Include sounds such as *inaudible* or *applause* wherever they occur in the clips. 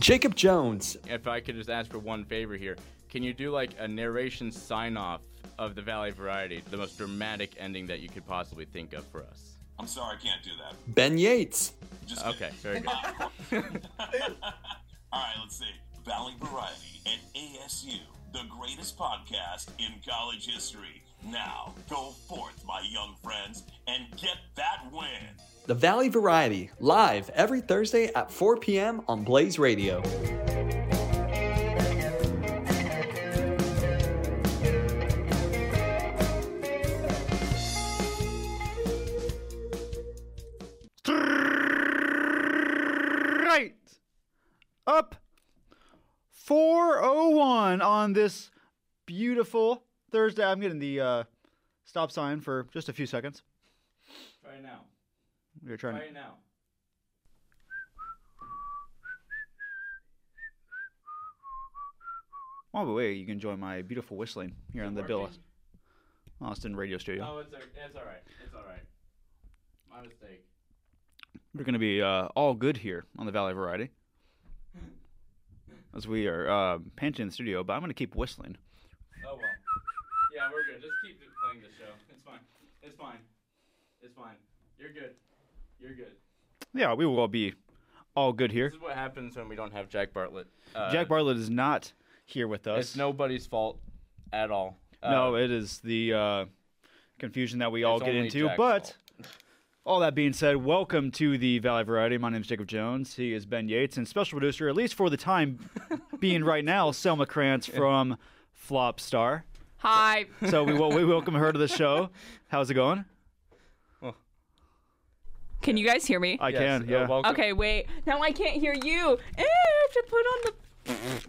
Jacob Jones. If I could just ask for one favor here, can you do like a narration sign off of the Valley Variety, the most dramatic ending that you could possibly think of for us? I'm sorry, I can't do that. Ben Yates. Just Okay, very *laughs* good. All right, let's see. Valley Variety and ASU, the greatest podcast in college history. Now, go forth, my young friends, and get that win. The Valley Variety, live every Thursday at 4 p.m. on Blaze Radio. right up 401 on this beautiful Thursday. I'm getting the uh, stop sign for just a few seconds. Try it now. You're trying. it now. While the way, you can join my beautiful whistling here on the Bill working? Oh. Austin Radio Studio. it's, it's all right. It's all right. My mistake. We're going to be uh, all good here on the Valley Variety. As we are uh, panting in the studio, but I'm going to keep whistling. Oh well. Yeah, we're good. Just keep playing the show. It's fine. It's fine. It's fine. You're good. You're good. Yeah, we will all be all good here. This is what happens when we don't have Jack Bartlett. Uh, Jack Bartlett is not here with us. It's nobody's fault at all. No, it is the uh, confusion that we all Uh, It's get only into. Jack's but *laughs* all that being said, welcome to the Valley Variety. My name is Jacob Jones. He is Ben Yates and special producer, at least for *laughs* the time being right now, Selma Krantz from Flop Star. Hi. So we, wel- we welcome her to *laughs* the show. How's it going? Can you guys hear me? I Uh, can. Yeah. okay, wait. Now I can't hear you. Eh, I have to put on the.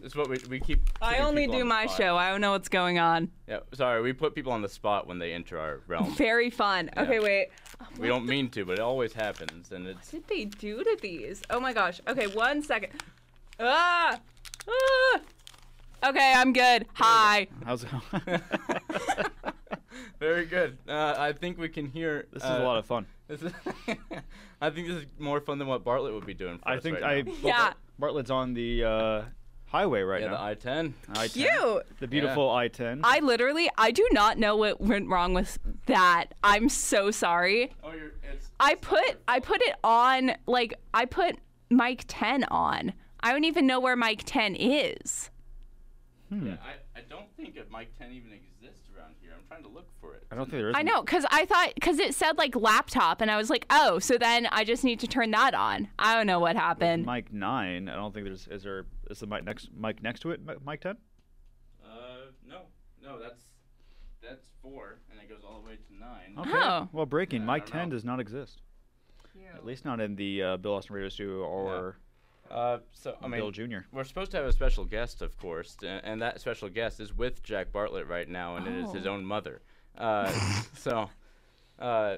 It's what we, we keep. I putting only people do on the my spot. show. I don't know what's going on. Yeah, sorry, we put people on the spot when they enter our *laughs* realm. Very fun. Okay, wait. we don't mean to, but it always happens, and it's What did they do to these? Oh my gosh. Okay, one second. Ah! ah! Okay, I'm good. Hi. How's it *laughs* going? very good. Uh, I think we can hear. uh, this is a lot of fun. This is, *laughs* I think this is more fun than what Bartlett would be doing. For I us think right I now. Yeah. Bartlett's on the uh, highway right yeah, the now. I ten. I-10. Cute. The beautiful I-10. I literally, I do not know what went wrong with that. I'm so sorry. Oh, you're, it's I put I put it on like I put Mike 10 on. I don't even know where Mike 10 is. Hmm. Yeah, I, I don't think a Mike 10 even exists around here. I'm trying to look for it. I don't think there is. I know cuz I thought cuz it said like laptop and I was like, "Oh, so then I just need to turn that on." I don't know what happened. Mike nine. I don't think there's. Is there? Is the mic next? Mic next to it? Mi- Mic ten? Uh, no, no, that's that's four, and it goes all the way to nine. Okay. Oh. Well, breaking. Yeah, I mic don't ten know. does not exist. At least not in the uh, Bill Austin Radio Studio or Uh, so I mean, Bill Junior. we're supposed to have a special guest, of course, and, and that special guest is with Jack Bartlett right now, and it is his own mother. Uh, so, uh,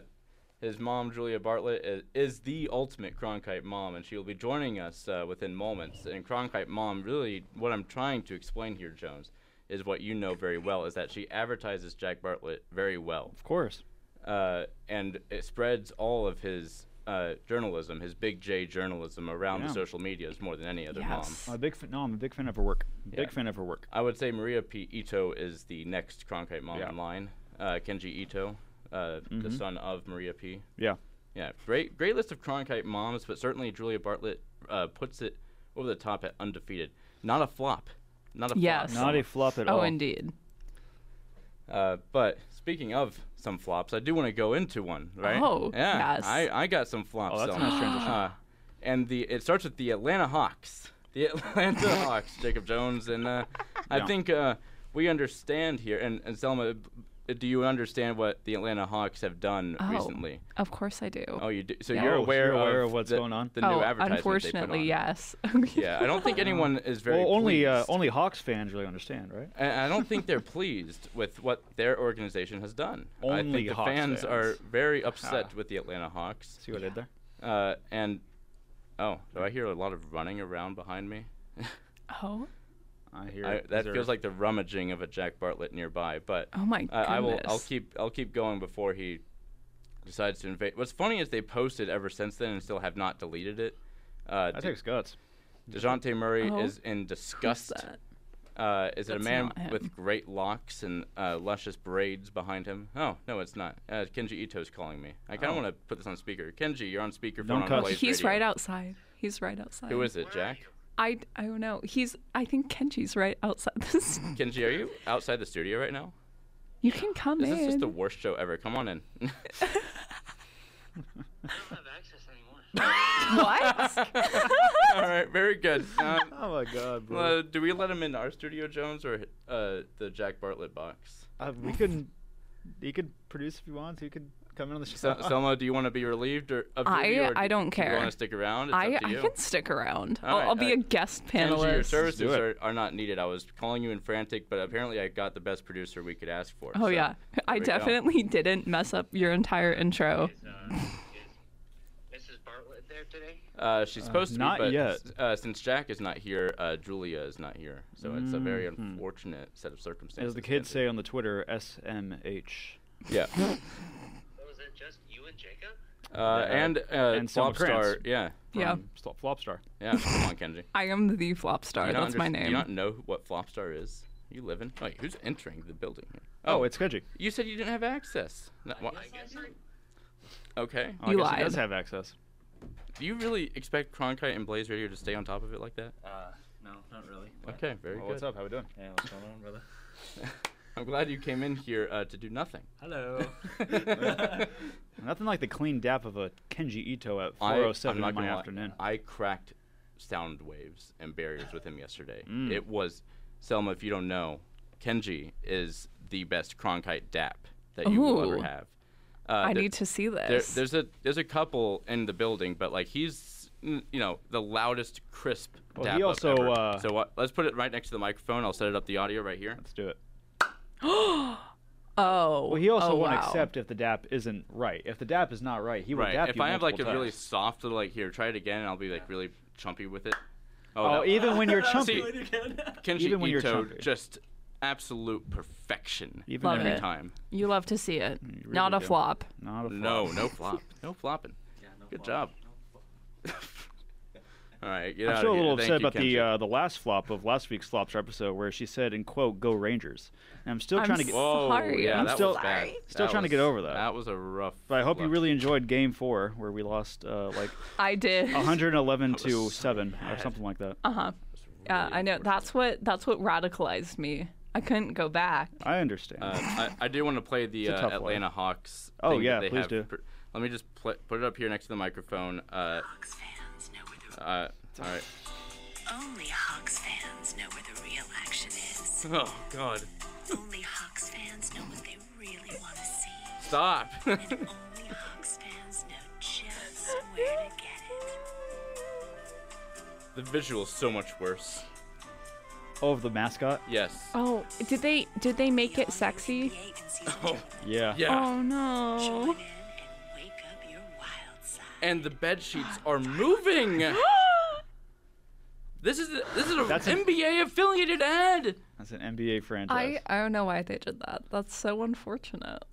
his mom, Julia Bartlett, is, is the ultimate Cronkite mom, and she will be joining us uh, within moments. And Cronkite mom, really, what I'm trying to explain here, Jones, is what you know very well, is that she advertises Jack Bartlett very well Of course. uh, and it spreads all of his uh, journalism, his big J journalism, around Yeah. the social medias more than any other Yes. mom. I'm a big fan. No, I'm a big fan of her work. Big Yeah. fan of her work. I would say Maria P. Ito is the next Cronkite mom Yeah. Mm-hmm. in line. Uh, Kenji Ito, uh, the son of Maria P. Yeah. Yeah, great, great list of Cronkite moms, but certainly Julia Bartlett uh, puts it over the top at undefeated. Not a flop. Not a Yes. flop. Not a flop at all. Oh, indeed. Uh, but speaking of some flops, I do want to go into one, right? Oh, yeah. yes. I, I got some flops. Oh, that's a Selma. nice transition. Uh, and the it starts with the Atlanta Hawks. The *laughs* Atlanta *laughs* Hawks, Jacob Jones, and uh, I Yeah. think uh, we understand here. And, and Selma, b- b- do you understand what the Atlanta Hawks have done Oh. recently? Of course I do. Oh, you do. So Yeah. you're Oh, aware, you're aware of, of what's the, going on? The new Oh, advertisement they put unfortunately, on. yes. *laughs* Yeah, I don't think anyone is very. Well, only uh, pleased. only Hawks fans really understand, right? And I don't think they're pleased with what their organization has done. I Only think the Hawks fans, are fans. very upset with the Atlanta Hawks. See what I did there? Uh, and oh, do I hear a lot of running around behind me? Oh. I hear. I, it. that Is feels there- like the rummaging of a Jack Bartlett nearby. But Oh my I- I will. I'll goodness. keep. I'll keep going before he decides to invade. What's funny is they posted ever since then and still have not deleted it. Uh, That d- takes guts. DeJounte Murray Oh. is in disgust. that? Uh, is it a That's man not him. with great locks and uh, luscious braids behind him? Oh, no, it's not. Uh, Kenji Ito's calling me. I kind of want to put this on speaker. Kenji, you're on speakerphone Don't on cuss. Blaze He's Radio. right outside. He's right outside. Who is it, Jack? I, I don't know. He's I think Kenji's right outside *laughs* this. Kenji, are you outside the studio right now? You can come This in. is just *laughs* *laughs* the worst show ever. Come on in. *laughs* don't have access anymore. *laughs* what? All right, very good. Um, Oh my god, bro. uh, do we let him in our studio, Jones, or uh, the Jack Bartlett box? Uh, we can. He could produce if he wants. He could come in on the show. So, Selma, do you want to be relieved or of I- duty, or I don't Do you care. want to stick around? It's I, up to I you. can stick around. All I'll, right, I'll be uh, a guest Kenji, your panelist. services it. are, are not needed. I was calling you in frantic, but apparently I got the best producer we could ask for. oh so yeah, *laughs* there I we go. definitely didn't mess up your entire intro. Is, uh, is Mrs. Bartlett there today? Uh, she's supposed to not be, but yet. s- Uh, since Jack is not here, uh, Julia is not here, so it's a very unfortunate set of circumstances. As Mm-hmm. the kids Kenji. say on the Twitter, SMH. *laughs* Yeah. What was Oh, it? Just you and Jacob? Uh, and uh, and Selma Star. Krantz. Yeah. Yeah, Mm, Stop, flopstar. Yeah. Come *laughs* on, Kenji. I am the flop star. You don't That's my underst- name. You not know who- what Flopstar is? You live in? Wait, who's entering the building here? Oh, it's Kenji. You said you didn't have access. No, wha- I guess I okay. Oh, I You guess He does lied. have access. Do you really expect Cronkite and Blaze Radio to stay on top of it like that? Uh, no, not really. But, Okay, very Well, good. Oh, what's up? How we doing? Yeah, what's going on, brother? I'm glad you came in here uh, to do nothing. Hello. Nothing like the clean dap of a Kenji Ito at I- 4:07 I'm not in my gonna lie, afternoon. I cracked sound waves and barriers with him yesterday. Mm. It was Selma. If you don't know, Kenji is the best Cronkite dap that you will ever Ooh. have. Uh, I there- need to see There, this. there's a there's a couple in the building, but like he's mm, you know the loudest crisp. Well, dap he up also, ever. uh, so what, let's put it right next to the microphone. I'll set it up the audio right here. Let's do it. oh. Well, he also oh, won't wow. accept if the dap isn't right. If the dap is not right, he will Right. dap If you I have like a multiple really times. soft little like here, try it again, and I'll be like really chumpy with it. Oh, that- even *laughs* when you're chumpy. See, *laughs* Kenji Even when you're Ito, chumpy. just absolute perfection Even Love every it. time. You love to see it. really not a do. flop. Not a No, flop. no flop, no flopping. Yeah, no Good problem. job. *laughs* All right, get I'm out still of a here. little Thank upset you, about the Kenji. uh, the last flop of last week's flops episode where she said in quote "Go Rangers," and I'm still I'm trying to get. so- Whoa, Sorry, Oh, yeah, I'm that still- was bad. Sorry. still That trying to get was- over that. That was a rough. But I hope you flop. really enjoyed Game Four where we lost uh, *laughs* like I did. 111 to so seven or something like that. Yeah, I know. That's what that's what radicalized me. I couldn't go back. I understand. Uh, I, I do want to play the It's a uh, tough one. Atlanta Hawks. Oh, thing that yeah, they please have. do. pr- Let me just pl- put it up here next to the microphone. Uh, Hawks fans know where the uh, all right. only Hawks fans know where the real action is. Oh *laughs* God! only Hawks fans know what they really want to see. Stop! *laughs* Only Hawks fans know just where to get it. the visual is so much worse. oh, of the mascot. Yes. Oh, did they did they make it Beyond sexy? 38 in season Oh, two. Yeah. Yeah. Oh Join no. in and wake up your wild side. And the *gasps* bed sheets are moving. This is this is a That's an- NBA affiliated ad. That's an NBA franchise. I I don't know why they did that. That's so unfortunate.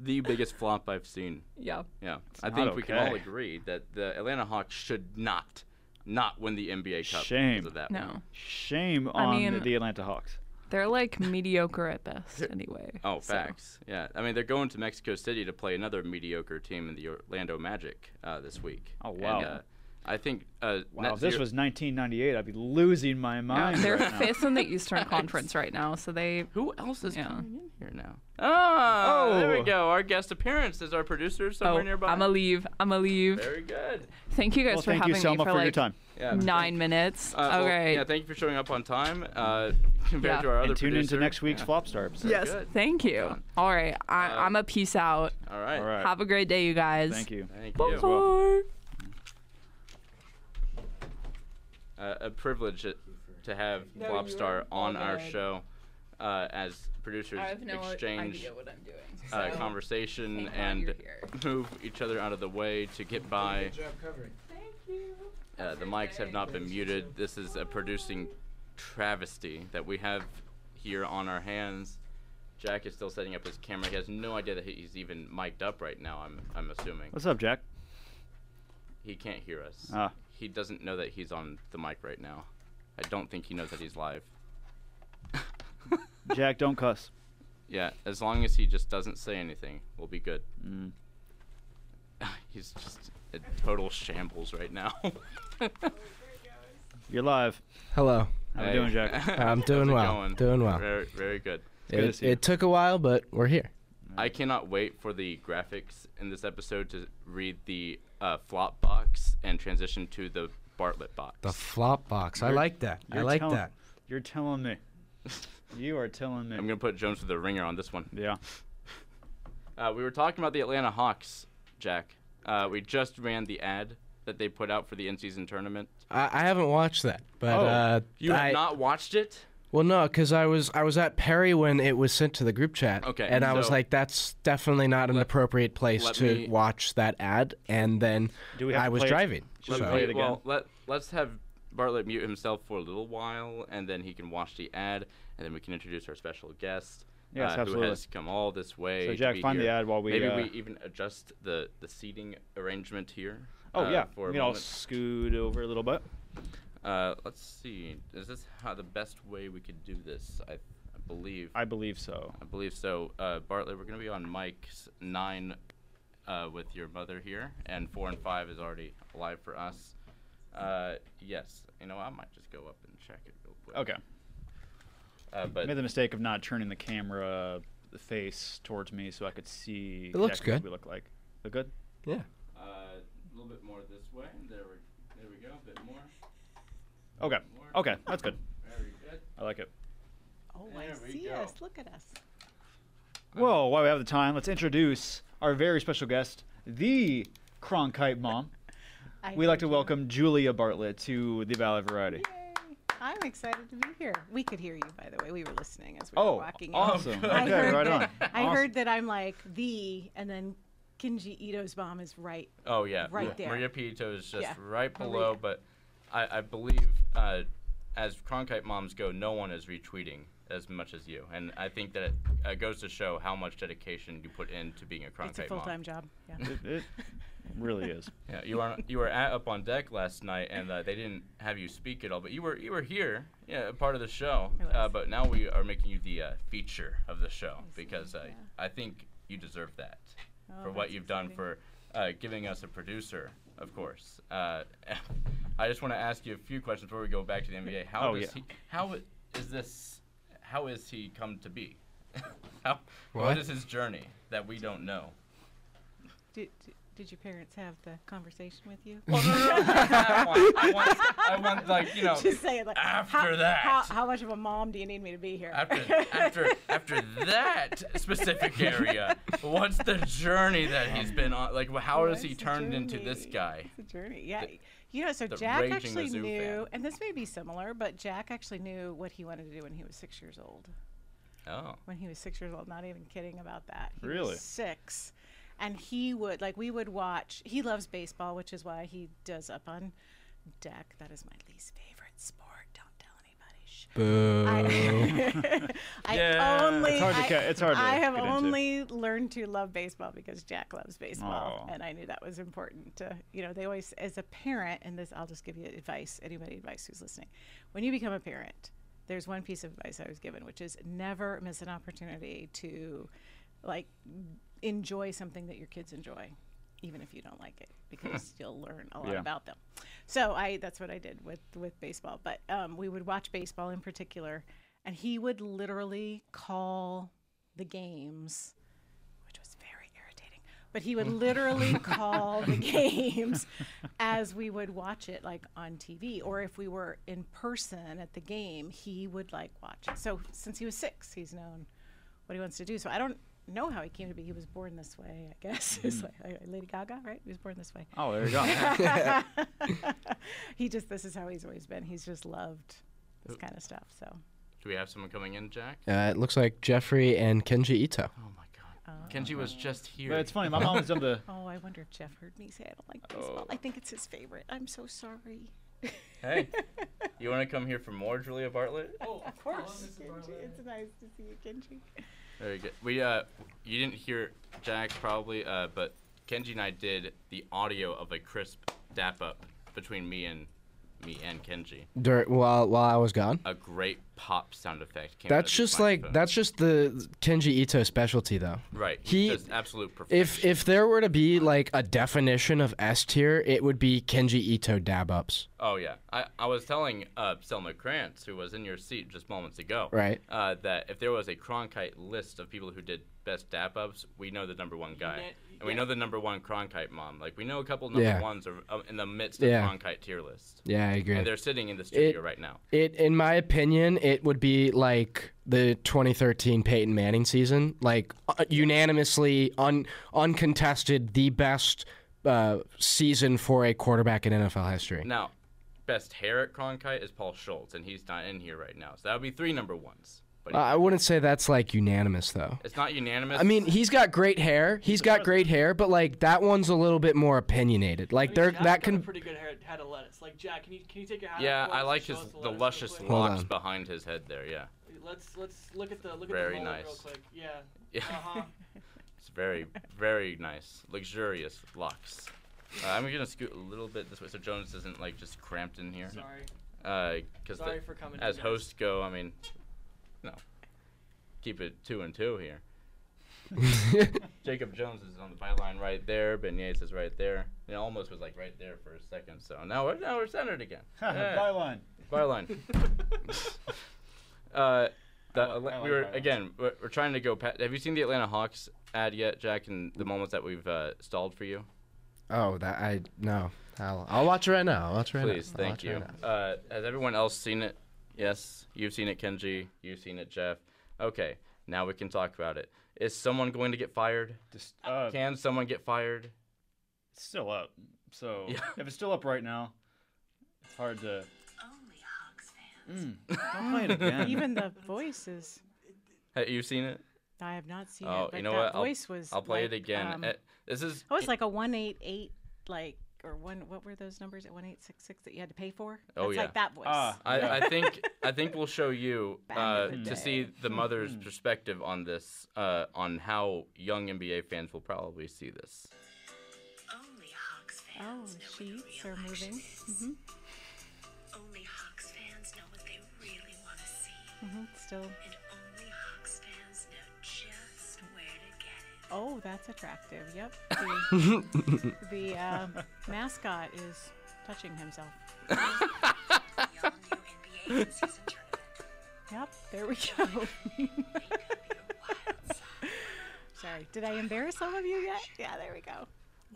The biggest flop I've seen. Yeah. Yeah, I not think we can all okay. agree that the Atlanta Hawks should not, not win the NBA Cup Shame. because of that. No. Shame on mean- the Atlanta Hawks. They're like mediocre at best anyway. Oh, so. facts. Yeah, I mean they're going to Mexico City to play another mediocre team in the Orlando Magic uh, this week. Oh, And, wow. uh, I think. Uh, Wow, net if this zero- was 1998, I'd be losing my mind. They're right now. fifth in the *laughs* Eastern Conference right now, so they Who else is Yeah. coming in here now? Oh, there we Oh. go. Our guest appearance is our producer somewhere Oh, nearby. I'ma leave. I'ma leave. Very good. Thank you guys Well, for thank having you, Selma, me for, for your like time. Yeah. nine minutes. Uh, well, okay. yeah, thank you for showing up on time. Uh, compared Yeah. to our other And tune into producer. next week's Yeah. Flopstar episode. yes. good. Thank you. Done. All right. I, I'm a peace out. All right. All right. Have a great day, you guys. Thank you. Thank Bye. you. uh, a privilege it- to have Flopstar on our show uh, as producers exchange what I'm doing. uh, conversation thank God and you're here. move each other out of the way to get by. Thank you. Uh, the mics have not been muted. This is a producing travesty that we have here on our hands. Jack is still setting up his camera. He has no idea that he's even mic'd up right now. I'm I'm assuming What's up, Jack? he can't hear us. Ah. he doesn't know that he's on the mic right now. I don't think he knows that he's live. Jack, don't cuss. Yeah, as long as he just doesn't say anything, we'll be good. *laughs* He's just a total shambles right now. *laughs* You're live. Hello. How you *laughs* doing, Jack? I'm doing How's it well. going? Doing well. Very, very good. good to It, see you. it took a while, but we're here. I cannot wait for the graphics in this episode to read the uh, flop box and transition to the Bartlett box. The flop box. I like that. I You're like telling- that. You're *laughs* telling me. You are telling me. I'm gonna put Jones with the ringer on this one. yeah. Uh, we were talking about the Atlanta Hawks, Jack. Uh, we just ran the ad that they put out for the in-season tournament. I, I haven't watched that, but Oh, uh, You I- have not watched it? Well, no, because I was I was at Perry when it was sent to the group chat. Okay, And I was so- like, that's definitely not an appropriate place let to me- watch that ad. And then Do we have I to was play it? driving. Should we so- play it again? Well, let let's have Bartlett mute himself for a little while, and then he can watch the ad, and then we can introduce our special guest. Yes, uh, Who absolutely. has come all this way? So, to Jack, be find the here. ad while we, Maybe uh, we even adjust the the seating arrangement here. Oh uh, yeah. For a you know, I'll moment. scoot over a little bit. Uh, let's see. Is this how the best way we could do this? I, I believe. I believe so. I believe so. Uh, Bartlett, we're going to be on mics nine uh, with your mother here, and four and five is already live for us. Uh, yes, you know, I might just go up and check it real quick. Okay. Uh, I made but the mistake of not turning the camera the face towards me so I could see It looks exactly what good. we look like. Look good? yeah. uh, a little bit more this way. There we, there we go. A bit more. Okay. More. Okay, that's good. Very good. I like it. Oh, There we I see go. us. Look at us. Well, while we have the time, let's introduce our very special guest, the Cronkite mom. I We'd like to heard you. welcome Julia Bartlett to the Valley Variety. Yay. I'm excited to be here. We could hear you, by the way. We were listening as we were Oh, walking. in. awesome. I Okay, heard right on. that, I Awesome. heard that *laughs* I'm like the, and then Kenji Ito's bomb is right. Oh yeah, Right Ma- there. Maria Pito is just Yeah, right Maria. below, but I, I believe uh, as Cronkite moms go, no one is retweeting as much as you, and I think that it uh, goes to show how much dedication you put into being a Cronkite It's a mom. full-time job. Yeah. *laughs* It, it really is. Yeah, you were on- you were at up on deck last night, and uh, they didn't have you speak at all, but you were you were here, yeah, a part of the show. Uh, was. but now we are making you the uh, feature of the show because uh, I think you deserve that for what Oh, that's you've done for uh, giving us a producer, of course. Uh, *laughs* I just want to ask you a few questions before we go back to the NBA. How Oh, does yeah. he? How i- is this? How is he come to be? *laughs* how? What? what is his journey that we don't know? Did, did- did your parents have the conversation with *laughs* you? I want, I want, I want, like you know. Just say it like after how, that. How, how much of a mom do you need me to be here? After, after, after that specific area, what's the journey that he's been on? Like, wh- how has What's he the turned into this journey? guy? It's a journey. Yeah. you know, so the Jack raging actually Mizzou knew, fan. and this may be similar, but Jack actually knew what he wanted to do when he was six years old. Oh, When he was six years old, not even kidding about that. He was Really? six. And he would, like, we would watch, he loves baseball, which is why he does up on deck. That is my least favorite sport. Don't tell anybody. Shh. I, I Yeah. only It's hard to I- ca- it's hard to I have get into. only learned to love baseball because Jack loves baseball, Aw. and I knew that was important. To you know, they always as a parent, and this I'll just give you advice. Anybody advice who's listening, when you become a parent, there's one piece of advice I was given, which is never miss an opportunity to, like, enjoy something that your kids enjoy, even if you don't like it, because you'll learn a lot Yeah. about them. So I that's what I did with with baseball. But um, we would watch baseball in particular, and he would literally call the games, which was very irritating. But he would literally call the games as we would watch it, like on TV, or if we were in person at the game, he would like watch it. So since he was six, he's known what he wants to do. So I don't know how he came to be. He was born this way, I guess. *laughs* It's like uh, Lady Gaga, right? He was born this way. Oh, there you go. *laughs* he just this is how he's always been. He's just loved this kind of stuff. So do we have someone coming in, Jack? Uh, it looks like Jeffrey and Kenji Ito. Oh my God, Kenji was just here. But it's funny. My mom was on the. *laughs* oh, I wonder if Jeff heard me say I don't like baseball. I think it's his favorite. I'm so sorry. *laughs* Hey, you want to come here for more, Julia Bartlett? Oh, Of course, Oh. Kenji. It's nice to see you, Kenji. Very good. We uh, you didn't hear Jack probably, uh, but Kenji and I did the audio of a crisp dap up between me and me and Kenji. Dur while while I was gone. A great pop sound effect came. out of That's his just like microphone. that's just the Kenji Ito specialty though. right. He He just absolute perfection. if if there were to be like a definition of S tier, it would be Kenji Ito dab ups. Oh yeah, I, I was telling uh, Selma Krantz, who was in your seat just moments ago, Right. Uh, that if there was a Cronkite list of people who did best dap ups, we know the number one guy, and we know the number one Cronkite mom. Like we know a couple number Yeah. ones are uh, in the midst of Yeah. Cronkite tier list, Yeah, I agree. and they're sitting in the studio right now. It, in my opinion, it would be like the 2013 Peyton Manning season, like uh, unanimously, un, uncontested, the best uh, season for a quarterback in NFL history. Now, best hair at Cronkite is Paul Schultz, and he's not in here right now, so that would be three number ones. But I I wouldn't say that's like unanimous though. it's not unanimous. I mean, he's got great hair. He's got great hair, but like that one's a little bit more opinionated. Like there, that can. pretty good hair, head of lettuce. Like Jack, can you can you take your hat yeah, off? for I us and like show his us the lettuce real luscious quick? locks on. behind his head there. Yeah, Let's let's look at the look at Very the mullet nice. real quick. Yeah. *laughs* Yeah. Uh-huh. It's very, very nice, luxurious locks. Uh, I'm gonna scoot a little bit this way so Jones isn't like just cramped in here. Sorry. Because Sorry for coming in, as guys. hosts go, I mean, no, keep it two and two here. Jacob Jones is on the byline right there. Ben Yates is right there. It almost was like right there for a second. So now we're now we're centered again. Yeah. Byline. *laughs* Byline. uh, the, I like- I we like were byline. again. We're, we're trying to go. Pat, have you seen the Atlanta Hawks ad yet, Jack? And the moments that we've uh, stalled for you. Oh, that I no. I'll, I'll watch it right now. I'll watch it right Please, now. I'll thank watch it you. right now. Uh, has everyone else seen it? Yes, you've seen it, Kenji. You've seen it, Jeff. Okay, now we can talk about it. Is someone going to get fired? Just, uh, Can someone get fired? it's still up. So *laughs* Yeah. if it's still up right now, it's hard to. Only Hawks fans. Don't play it again. Even the voices. Have you seen it? I have not seen oh, it. But you know that what? I'll, voice was. I'll play like, it again. Um, Uh, this is. oh, it's like a one eight eight, like or one. What were those numbers at one eight six six that you had to pay for? Oh, It's yeah. like that voice. Ah. I, I think I think we'll show you *laughs* Back uh, in the Mm-hmm. to see the mother's perspective on this, uh, on how young NBA fans will probably see this. Only Hawks oh, fans know what the sheets real are action moving. Mm-hmm. is. Only Hawks fans know what they really want to see. hmm Still. And only Hawks fans know just where to get it. Oh, that's attractive. Yep. *laughs* The, the uh, mascot is touching himself. Oh. The all-new *laughs* NBA in-season tournament. Yep. There we go. *laughs* Sorry. Did I embarrass some of you yet? Yeah. There we go.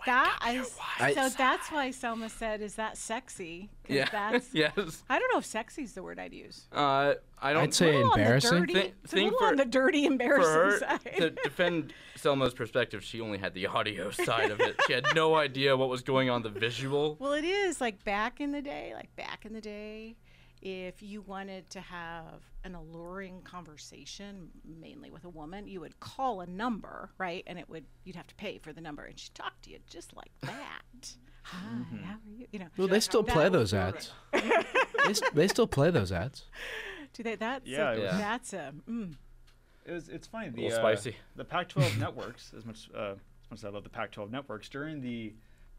That I, wild so that's why Selma said, "Is that sexy?" 'Cause That's, yes. I don't know if sexy is the word I'd use. Uh, I don't I'd *laughs* say little on the embarrassing. dirty- Thi- it's a think little for- on the dirty, for embarrassing her side. to defend Selma's perspective. She only had the audio *laughs* side of it. She had no idea what was going on the visual. well, it is like back in the day, like back in the day, if you wanted to have an alluring conversation, mainly with a woman, you would call a number, right? And it would you'd have to pay for the number, and she talked to you just like that. Hi, how are you? You know, Well, they still that play was those ads. *laughs* they, s- they still play those ads. do they? That's a- Yeah, it was- that's a. Mm, It was, it's funny. The, little uh, spicy. *laughs* The Pac-12 networks, as much, uh, as much as I love the Pac-12 networks, during the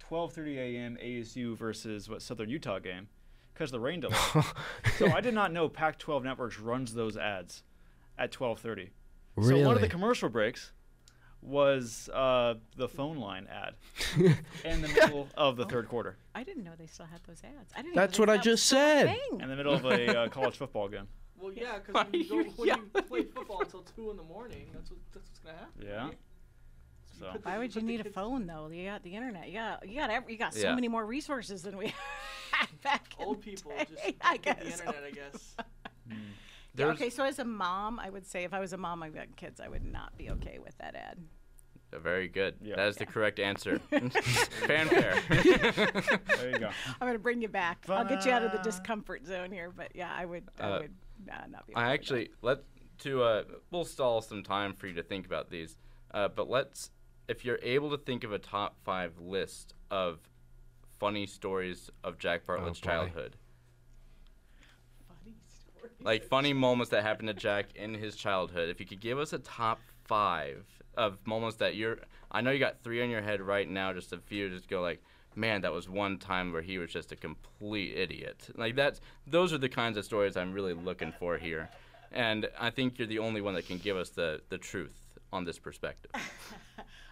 12:30 a.m. ASU versus what Southern Utah game, because *laughs* the rain delay. so I did not know Pac-12 networks runs those ads at 12:30. So one of Really? the commercial breaks was uh, the phone line *laughs* ad in the middle of the third quarter, I didn't know they still had those ads. I didn't. even That's know what I that was just still a said. thing. in the middle of a uh, college football game. *laughs* Well, yeah, because when you go when you play football until two in the morning, that's what that's what's gonna happen. Yeah. So Why would you need a phone though? You got the internet. You got you got every, you got so Yeah. many more resources than we *laughs* had back in Old the people day, just I look at the guess. internet, I guess. There's, Okay, so as a mom, I would say if I was a mom I've got kids, I would not be okay with that ad. Very good. Yeah. That is the correct *laughs* answer. *laughs* Fanfare. there you go. I'm gonna bring you back. *laughs* I'll get you out of the discomfort zone here, but yeah, I would I Uh, would uh, not be. Okay I with actually let to uh, we'll stall some time for you to think about these, uh, but let's if you're able to think of a top five list of funny stories of Jack Bartlett's boy. childhood, that. funny story. like funny moments that happened to Jack in his childhood. If you could give us a top five of moments that you're, I know you got three on your head right now, just a few, just go like, man, that was one time where he was just a complete idiot. Like that's those are the kinds of stories I'm really looking for here, and I think you're the only one that can give us the the truth on this perspective.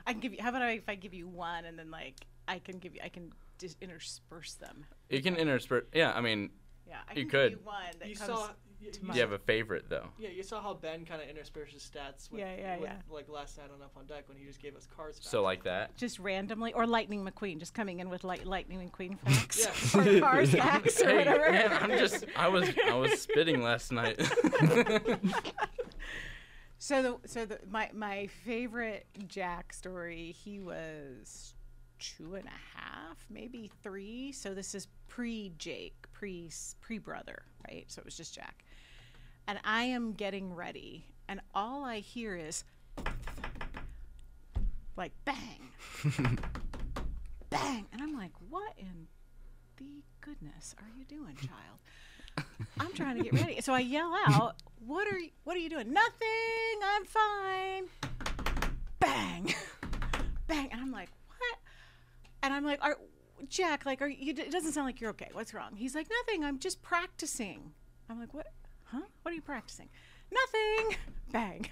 I can give you. How about I, if I give you one and then like I can give you I can just intersperse them. You *laughs* can intersperse. Yeah, I mean, Yeah, I you can could. give you one that You comes saw- y- to you mind. Do you have a favorite though? Yeah, you saw how Ben kind of interspersed his stats. With, Yeah, yeah, with, yeah. Like last night on Up on Deck when he just gave us cars. So like that. just randomly, or Lightning McQueen, just coming in with light, Lightning *laughs* McQueen facts *laughs* or Cars facts *laughs* or Hey, whatever. man, I'm just I was I was *laughs* spitting last night. So the so the my my favorite Jack story. He was two and a half, maybe three. So this is pre Jake, pre pre brother, right? So it was just Jack. And I am getting ready, and all I hear is like bang, bang, and I'm like, what in the goodness are you doing, child? I'm trying to get ready. So I yell out, "What are you, what are you doing? Nothing. I'm fine." Bang, *laughs* bang, and I'm like, "What?" And I'm like, "Are Jack? Like, are you? It doesn't sound like you're okay. What's wrong?" He's like, "Nothing. I'm just practicing." I'm like, "What? Huh? What are you practicing?" Nothing. Bang.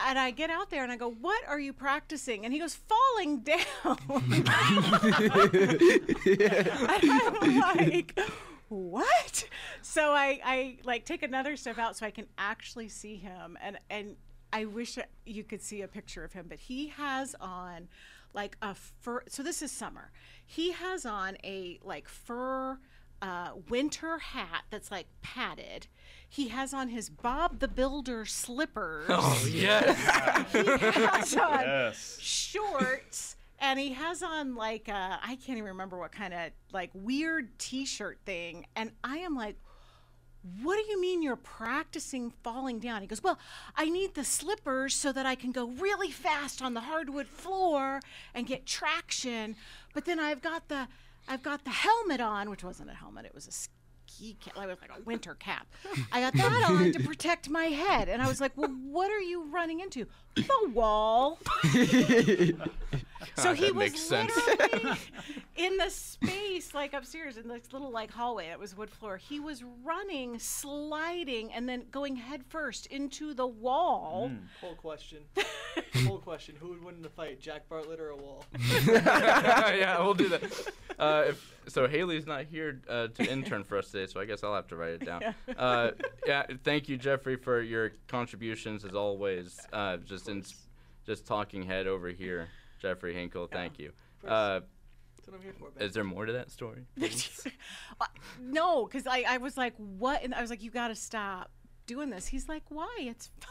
And I get out there and I go, "What are you practicing?" And he goes, "Falling down." *laughs* I'm like, what? So I, I like take another step out so I can actually see him, and and I wish you could see a picture of him, but he has on like a fur. So this is summer. He has on a like fur. Uh, winter hat that's like padded. He has on his Bob the Builder slippers. *laughs* Oh yes. *laughs* he has on Yes. shorts and he has on like I I can't even remember what kind of like weird t-shirt thing and I am like what do you mean you're practicing falling down? He goes, Well, I need the slippers so that I can go really fast on the hardwood floor and get traction. But then I've got the I've got the helmet on, which wasn't a helmet, it was a ski cap. It was like a winter cap. I got that on to protect my head. And I was like, Well, what are you running into? The wall. so *laughs* God, he Ah, that was makes sense. *laughs* literally in the space, like upstairs in this little like hallway that was wood floor. He was running, sliding, and then going headfirst into the wall. Hmm. Poll question. Poll question. Who would win in the fight, Jack Bartlett or a wall? yeah, we'll do that. Uh, if, so Haley's not here uh, to intern for us today, so I guess I'll have to write it down. Uh, yeah, thank you, Jeffrey, for your contributions as always. Uh, just in, just talking head over here, Jeffrey Hinkle. Thank you. Uh, That's what I'm here for, Ben. is there more to that *laughs* story? Uh, *laughs* no, because I, I was like, what? And I was like, you got to stop doing this. He's like, why? It's fun.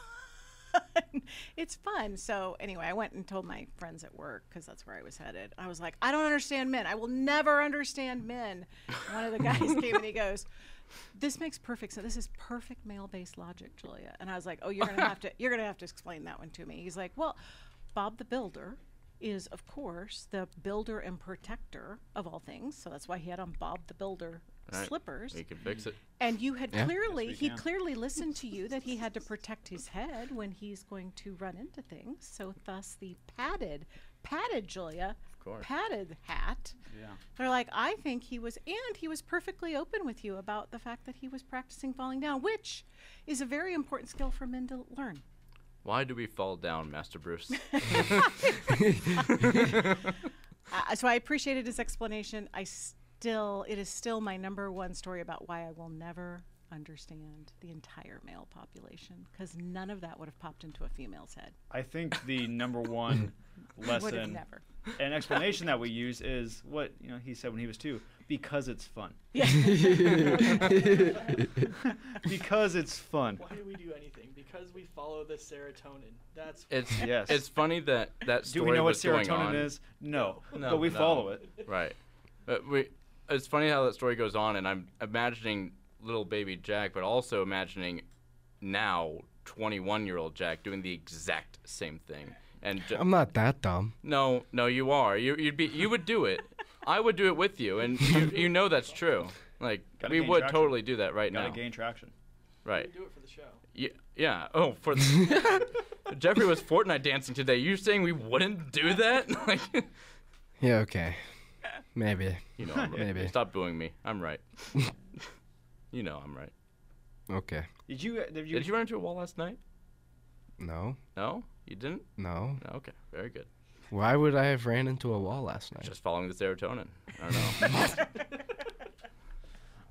*laughs* it's fun. So anyway, I went and told my friends at work because that's where I was headed. I was like, I don't understand men. I will never understand men. One of the guys came and he goes, this makes perfect sense. This is perfect male-based logic, Julia. And I was like, *laughs* oh, you're gonna have to you're gonna have to explain that one to me. He's like, well, Bob the Builder is of course the builder and protector of all things. So that's why he had on Bob the Builder Right. slippers. We can fix it. And you had Yeah. Yes, clearly, we he can. clearly listened to you that he had to protect his head when he's going to run *laughs* into things. So, thus the padded, padded Julia, course. padded hat. Yeah. They're like, I think he was, and he was perfectly open with you about the fact that he was practicing falling down, which is a very important skill for men to learn. Why do we fall down, Master *laughs* Bruce? Uh, so, I appreciated his explanation. I still, it is still my number one story about why I will never understand the entire male population because none of that would have popped into a female's head. I think the number *laughs* one Would've lesson never. and explanation that we use is what you know he said when he was two because it's fun. because it's fun. Why do we do anything? Because we follow the serotonin. That's It's Yes. It's funny that that Do story we know what was going serotonin on. is? No, No, but we no. follow it. Right. But we, it's funny how that story goes on, and I'm imagining little baby Jack, but also imagining now 21 year old Jack doing the exact same thing. And ju- I'm not that dumb. no, no, you are. You, you'd be, you would do it. I would do it with you, and you, you know that's true. Like Gotta we gain would traction. totally do that right Gotta now. gain traction. Right. we do it for the show. Yeah. yeah. Oh, for the- *laughs* Jeffrey was *laughs* Fortnite dancing today. You're saying we wouldn't do that? like, Yeah, okay. Maybe. You know, *laughs* I'm right. Maybe. Stop booing me. I'm *laughs* right. you know, I'm right. Okay. Did you? Did you? Did you run into a wall last night? No. No, you didn't. No. Okay, very good. Why would I have ran into a wall last night? Just following the serotonin. I *laughs* don't know. don't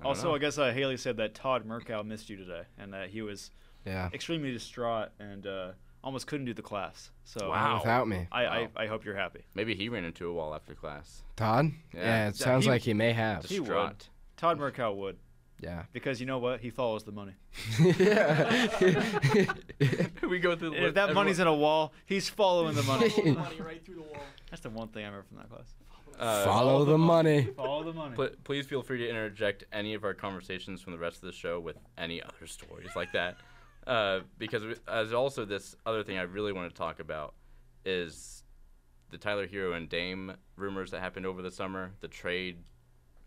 also, know. I guess uh, Haley said that Todd Murkow missed you today, and that he was Yeah. extremely distraught and uh, almost couldn't do the class. So Wow. Without me. I, Wow. I I hope you're happy. Maybe he ran into a wall after class. Todd? Yeah. Yeah, it Yeah, sounds he- like he may have. He would. Distraught. Todd Murkow would, Yeah. *laughs* because you know what? He follows the money. *laughs* we go through. the If list. that money's in a wall, he's following the money. Follow the *laughs* money right through the wall. That's the one thing I remember from that class. Uh, Follow the money. Follow the money. Pl- please feel free to interject any of our conversations from the rest of the show with any other stories like that. Uh, because we- as also this other thing I really want to talk about is the Tyler Hero and Dame rumors that happened over the summer, the trade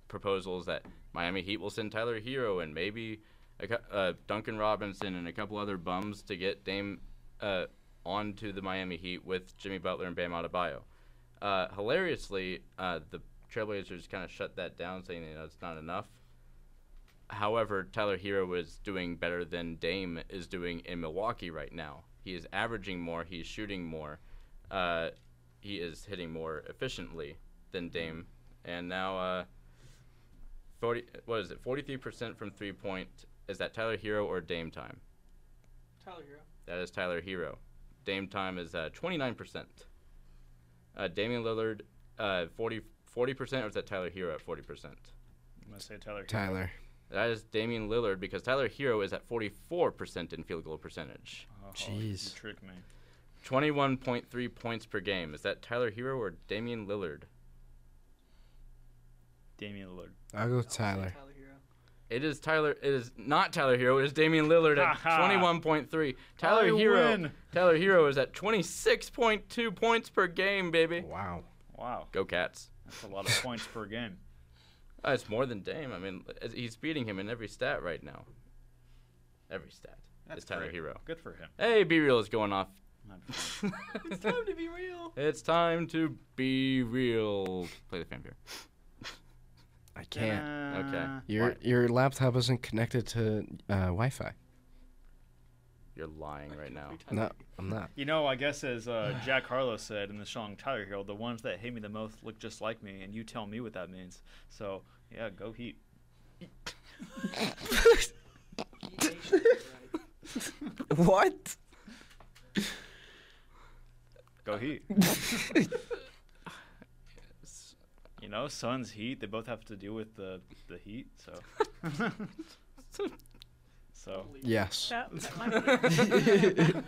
proposals that Miami Heat will send Tyler Hero and maybe a, cou- uh, Duncan Robinson and a couple other bums to get Dame uh, onto the Miami Heat with Jimmy Butler and Bam Adebayo. Uh, hilariously, uh, the Trailblazers kind of shut that down, saying you know, it's not enough. However, Tyler Hero is doing better than Dame is doing in Milwaukee right now. He is averaging more. He's shooting more. Uh, he is hitting more efficiently than Dame. And now, uh, forty what is it? Forty-three percent from three-point. Is that Tyler Hero or Dame time? Tyler Hero. That is Tyler Hero. Dame time is uh, 29%. Uh, Damian Lillard, uh, 40, 40%, or is that Tyler Hero at 40%? I'm gonna say Tyler. Tyler. That is Damian Lillard because Tyler Hero is at 44% in field goal percentage. Oh, Jeez. You tricked me. 21.3 points per game. Is that Tyler Hero or Damian Lillard? Damian Lillard. I'll go Tyler Tyler. Hero. It is Tyler. It is not Tyler Hero. It is Damian Lillard at Ha-ha. 21.3. Tyler I Hero. win. Tyler Hero is at 26.2 points per game, baby. Wow. Wow, Go Cats. that's a lot of points per game. Uh, it's more than Dame. I mean, as- he's beating him in every stat right now. Every stat. That's it's Tyler great. Hero. Good for him. Hey, B Real is going off. *laughs* It's time to be real. It's time to be real. Play the fanfare. I can't. Uh, Okay. Your your laptop isn't connected to uh, Wi-Fi. You're lying right now. No, I'm not. You know, I guess as uh, Jack Harlow said in the song Tyler Hero, the ones that hate me the most look just like me, and you tell me what that means. So, yeah, go Heat. What? Go Heat. you know, Suns, Heat, they both have to deal with the, the Heat, so. so, Yes. That, that might be-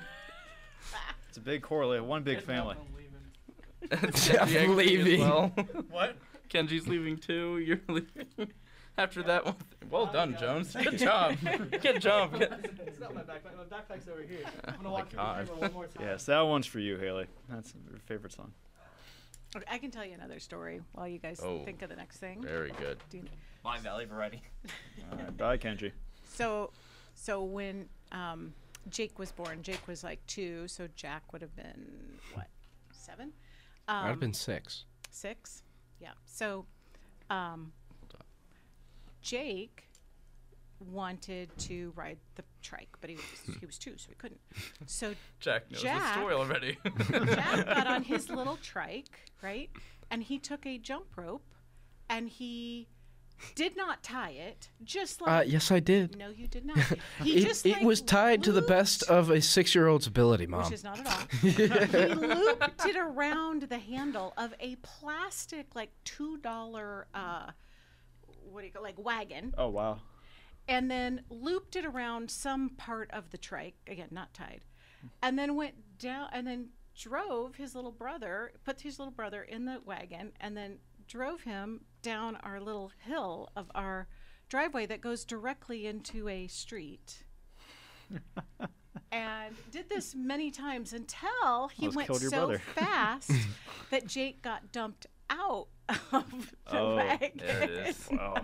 it's a big correlate, one big family. I'm leaving. Kenji I'm angry as leaving. well. What? Kenji's leaving too. You're leaving. After that one. Well done, Jones. Good *laughs* job. Good job. Good- It's not my backpack. My backpack's over *laughs* here. I'm gonna my walk through God. the camera one more time. Yes, that one's for you, Haley. That's your favorite song. Okay, I can tell you another story while you guys Oh. think of the next thing. Very good. Do you- My Valley variety. All right, Uh, bye, Kenji. So, so when um, Jake was born, Jake was like two, so Jack would have been what, seven, I'd have been six. six? Yeah. So, um, Jake wanted to ride the trike, but he was he was two, so he couldn't. So Jack knows the Jack. story already. Jack got on his little trike, right? And he took a jump rope, and he did not tie it, just Uh, like. yes, I did. No, you *laughs* did not. He It, just it like, was tied to the best looped- of a six-year-old's ability, mom. which is not at *laughs* all. he looped it around the handle of a plastic, like two dollar, uh, what do you call, like wagon, Oh, wow. and then looped it around some part of the trike. Again, not tied, and then went down, and then drove his little brother, put his little brother in the wagon, and then drove him down our little hill of our driveway that goes directly into a street and did this many times until he Almost went Oh, killed your so *laughs* brother. *laughs* fast that Jake got dumped out of the Oh, wagon. *laughs* there it is. Wow.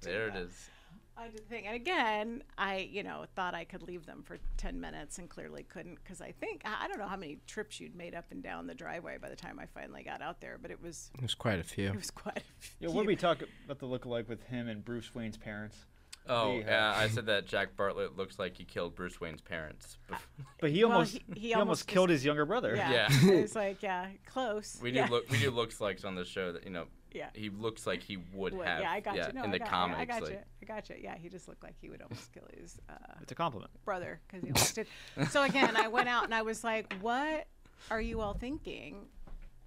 There it is. I did the thing, and again, I you know thought I could leave them for ten minutes, and clearly couldn't because I think I I don't know how many trips you'd made up and down the driveway by the time I finally got out there, but it was It was quite a few. It was quite. A Yeah, few. *laughs* what did we talk about the look-alike with him and Bruce Wayne's parents? Oh, They had- yeah. I said that Jack Bartlett looks like he killed Bruce Wayne's *laughs* parents. But he Well, almost he- he he, almost almost, just- killed his younger brother. Yeah, Yeah. it *laughs* was like yeah, close. *laughs* We do yeah. look. We do looks likes on the show that you know. Yeah. He looks like he would Well, have. yeah, I got you. No, in I the got, comics, I got like, you. I got you. Yeah, he just looked like he would almost kill his. Uh, It's a compliment. brother because he almost did. So again, I went out and I was like, "What are you all thinking?"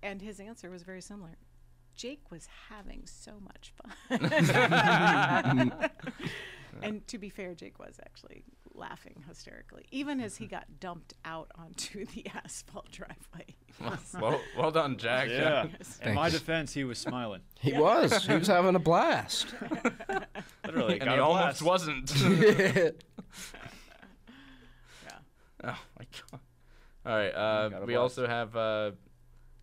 And his answer was very similar. Jake was having so much fun. *laughs* and to be fair, Jake was actually laughing hysterically, even as he got dumped out onto the *laughs* asphalt driveway. He Well- was- well, well done, Jack. *laughs* Yeah. In Thanks. my defense, he was *laughs* smiling. He was. He was having *laughs* a blast. Literally, and got he a almost blast. *laughs* wasn't. *laughs* Yeah. Oh my god. All right. Uh, a we blast. also have. Uh,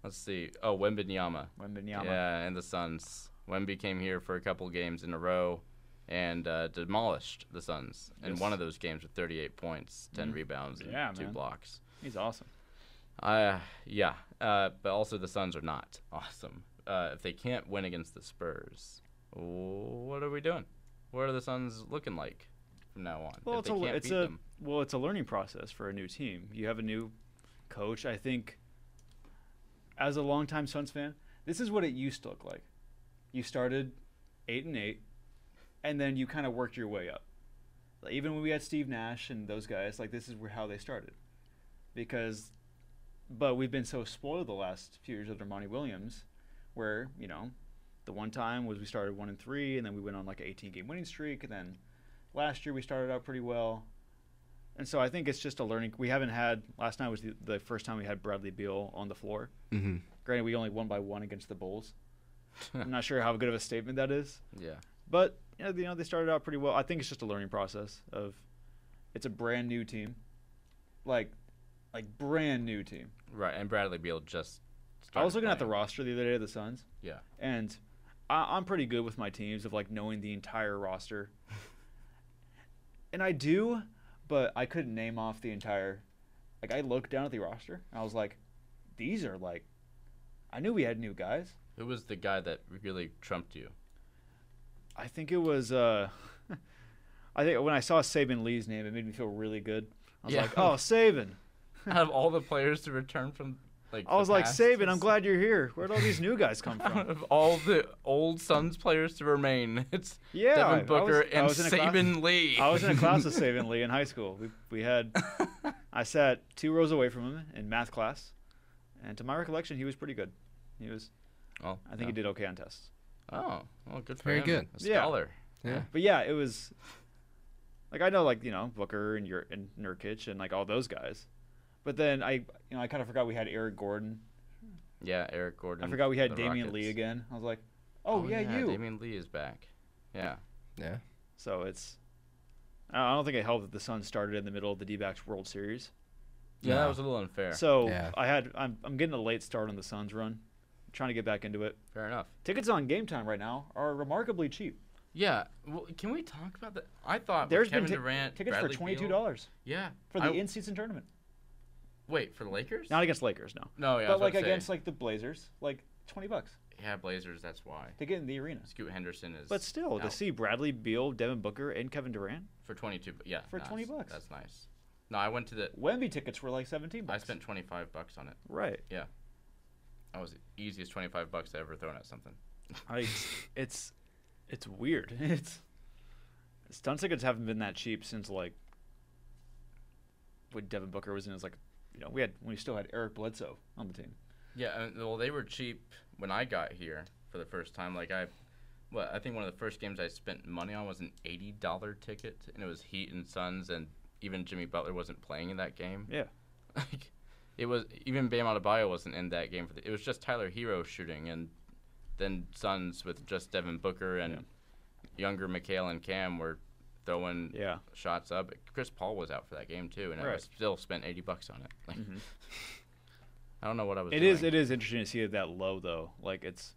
let's see. Oh, Wembenyama. Wembanyama. Yeah, and the Suns. Wemby came here for a couple games in a row, and uh, demolished the Suns in Yes. Mm-hmm. one of those games with 38 points, 10 rebounds, and Yeah, two man. blocks. He's awesome. Uh, yeah. Uh, but also the Suns are not *laughs* awesome. Uh, if they can't win against the Spurs, what are we doing? What are the Suns looking like from now on? Well, if it's they a can't it's beat a them. well, it's a learning process for a new team. You have a new coach. I think, as a longtime Suns fan, this is what it used to look like. You started eight and eight, and then you kind of worked your way up. Like, even when we had Steve Nash and those guys, like this is where, how they started, because, but we've been so spoiled the last few years under Monty Williams, where you know, the one time was we started one and three, and then we went on like an 18 game winning streak, and then last year we started out pretty well. And so I think it's just a learning. We haven't had last night was the, the first time we had Bradley Beal on the floor. Mhm. Granted, we only won by one against the Bulls. I'm not sure how good of a statement that is, Yeah. but you know, you know they started out pretty well. I think it's just a learning process of it's a brand new team, like like brand new team. Right, and Bradley Beal just. I was started looking at the playing. roster the other day of the Suns. Yeah. and I, I'm pretty good with my teams of like knowing the entire roster. and I do, but I couldn't name off the entire. Like I looked down at the roster, and I was like, "These are like," I knew we had new guys. Who was the guy that really trumped you? *laughs* I think it was. uh *laughs* I think when I saw Saban Lee's name, it made me feel really good. I was Yeah. like, "Oh, Saban." Out of all the players to return from, like. I was like, "Saban, I'm glad you're here. Where'd all these new guys *laughs* come Out from?" of all the old Suns players to remain, *laughs* it's Yeah, I- I Devin was- Booker I and was in a class- Saban Lee. I was in *laughs* a class with Saban Lee in high school. We, we had, I sat two rows away from him in math class, and to my recollection, he was pretty good. He was, Oh, I think he did okay on tests. Oh, well, good for Very him. good. A Yeah. scholar. Yeah. But yeah, it was, like I know, like you know Booker and your and Nurkic and like all those guys, but then I, you know, I kind of forgot we had Eric Gordon. Yeah, Eric Gordon. I forgot we had the Damian Rockets. Lee again. I was like, oh, yeah, you. Damian Lee is back. Yeah. Yeah. So it's, I I don't think it helped that the Suns started in the middle of the D-backs World Series. Yeah, that No. was a little unfair. So Yeah. I had I'm I'm getting a late start on the Suns run. trying to get back into it. Fair enough. Tickets on game time right now are remarkably cheap. Yeah. Well, can we talk about that? I thought There's with Uh, Kevin been ti- Durant tickets Bradley for twenty two Beal- dollars Yeah. for the I- in season tournament. wait for the Lakers. Not against Lakers, no. No, yeah, I was But about like to say. against like the Blazers, like twenty bucks yeah, Blazers. That's why. to get in the arena. Scoot Henderson is. But still, to out see Bradley Beal, Devin Booker, and Kevin Durant, for twenty two. Yeah. for 20 that's- bucks. That's nice. No, I went to the. Wemby tickets were like seventeen I bucks. spent twenty five bucks on it. right. Yeah. That was the easiest twenty five bucks I ever thrown at something. I, it's it's weird. *laughs* It's stunt tickets haven't been that cheap since like when Devin Booker was in his like you know, we had we still had Eric Bledsoe on the team. Yeah, and- well, they were cheap when I got here for the first time. Like I, well, I think one of the first games I spent money on was an eighty dollar ticket, and it was Heat and Suns, and even Jimmy Butler wasn't playing in that game. Yeah. *laughs* Like, it was even Bam Adebayo wasn't in that game for the. It was just Tyler Hero shooting, and then Suns with just Devin Booker and younger Mikhail and Cam were throwing Yeah. shots up. Chris Paul was out for that game too, and I Right. Mm-hmm. was still spent eighty bucks on it. Like, *laughs* I don't know what I was. It doing. is it is interesting to see it that low though. Like it's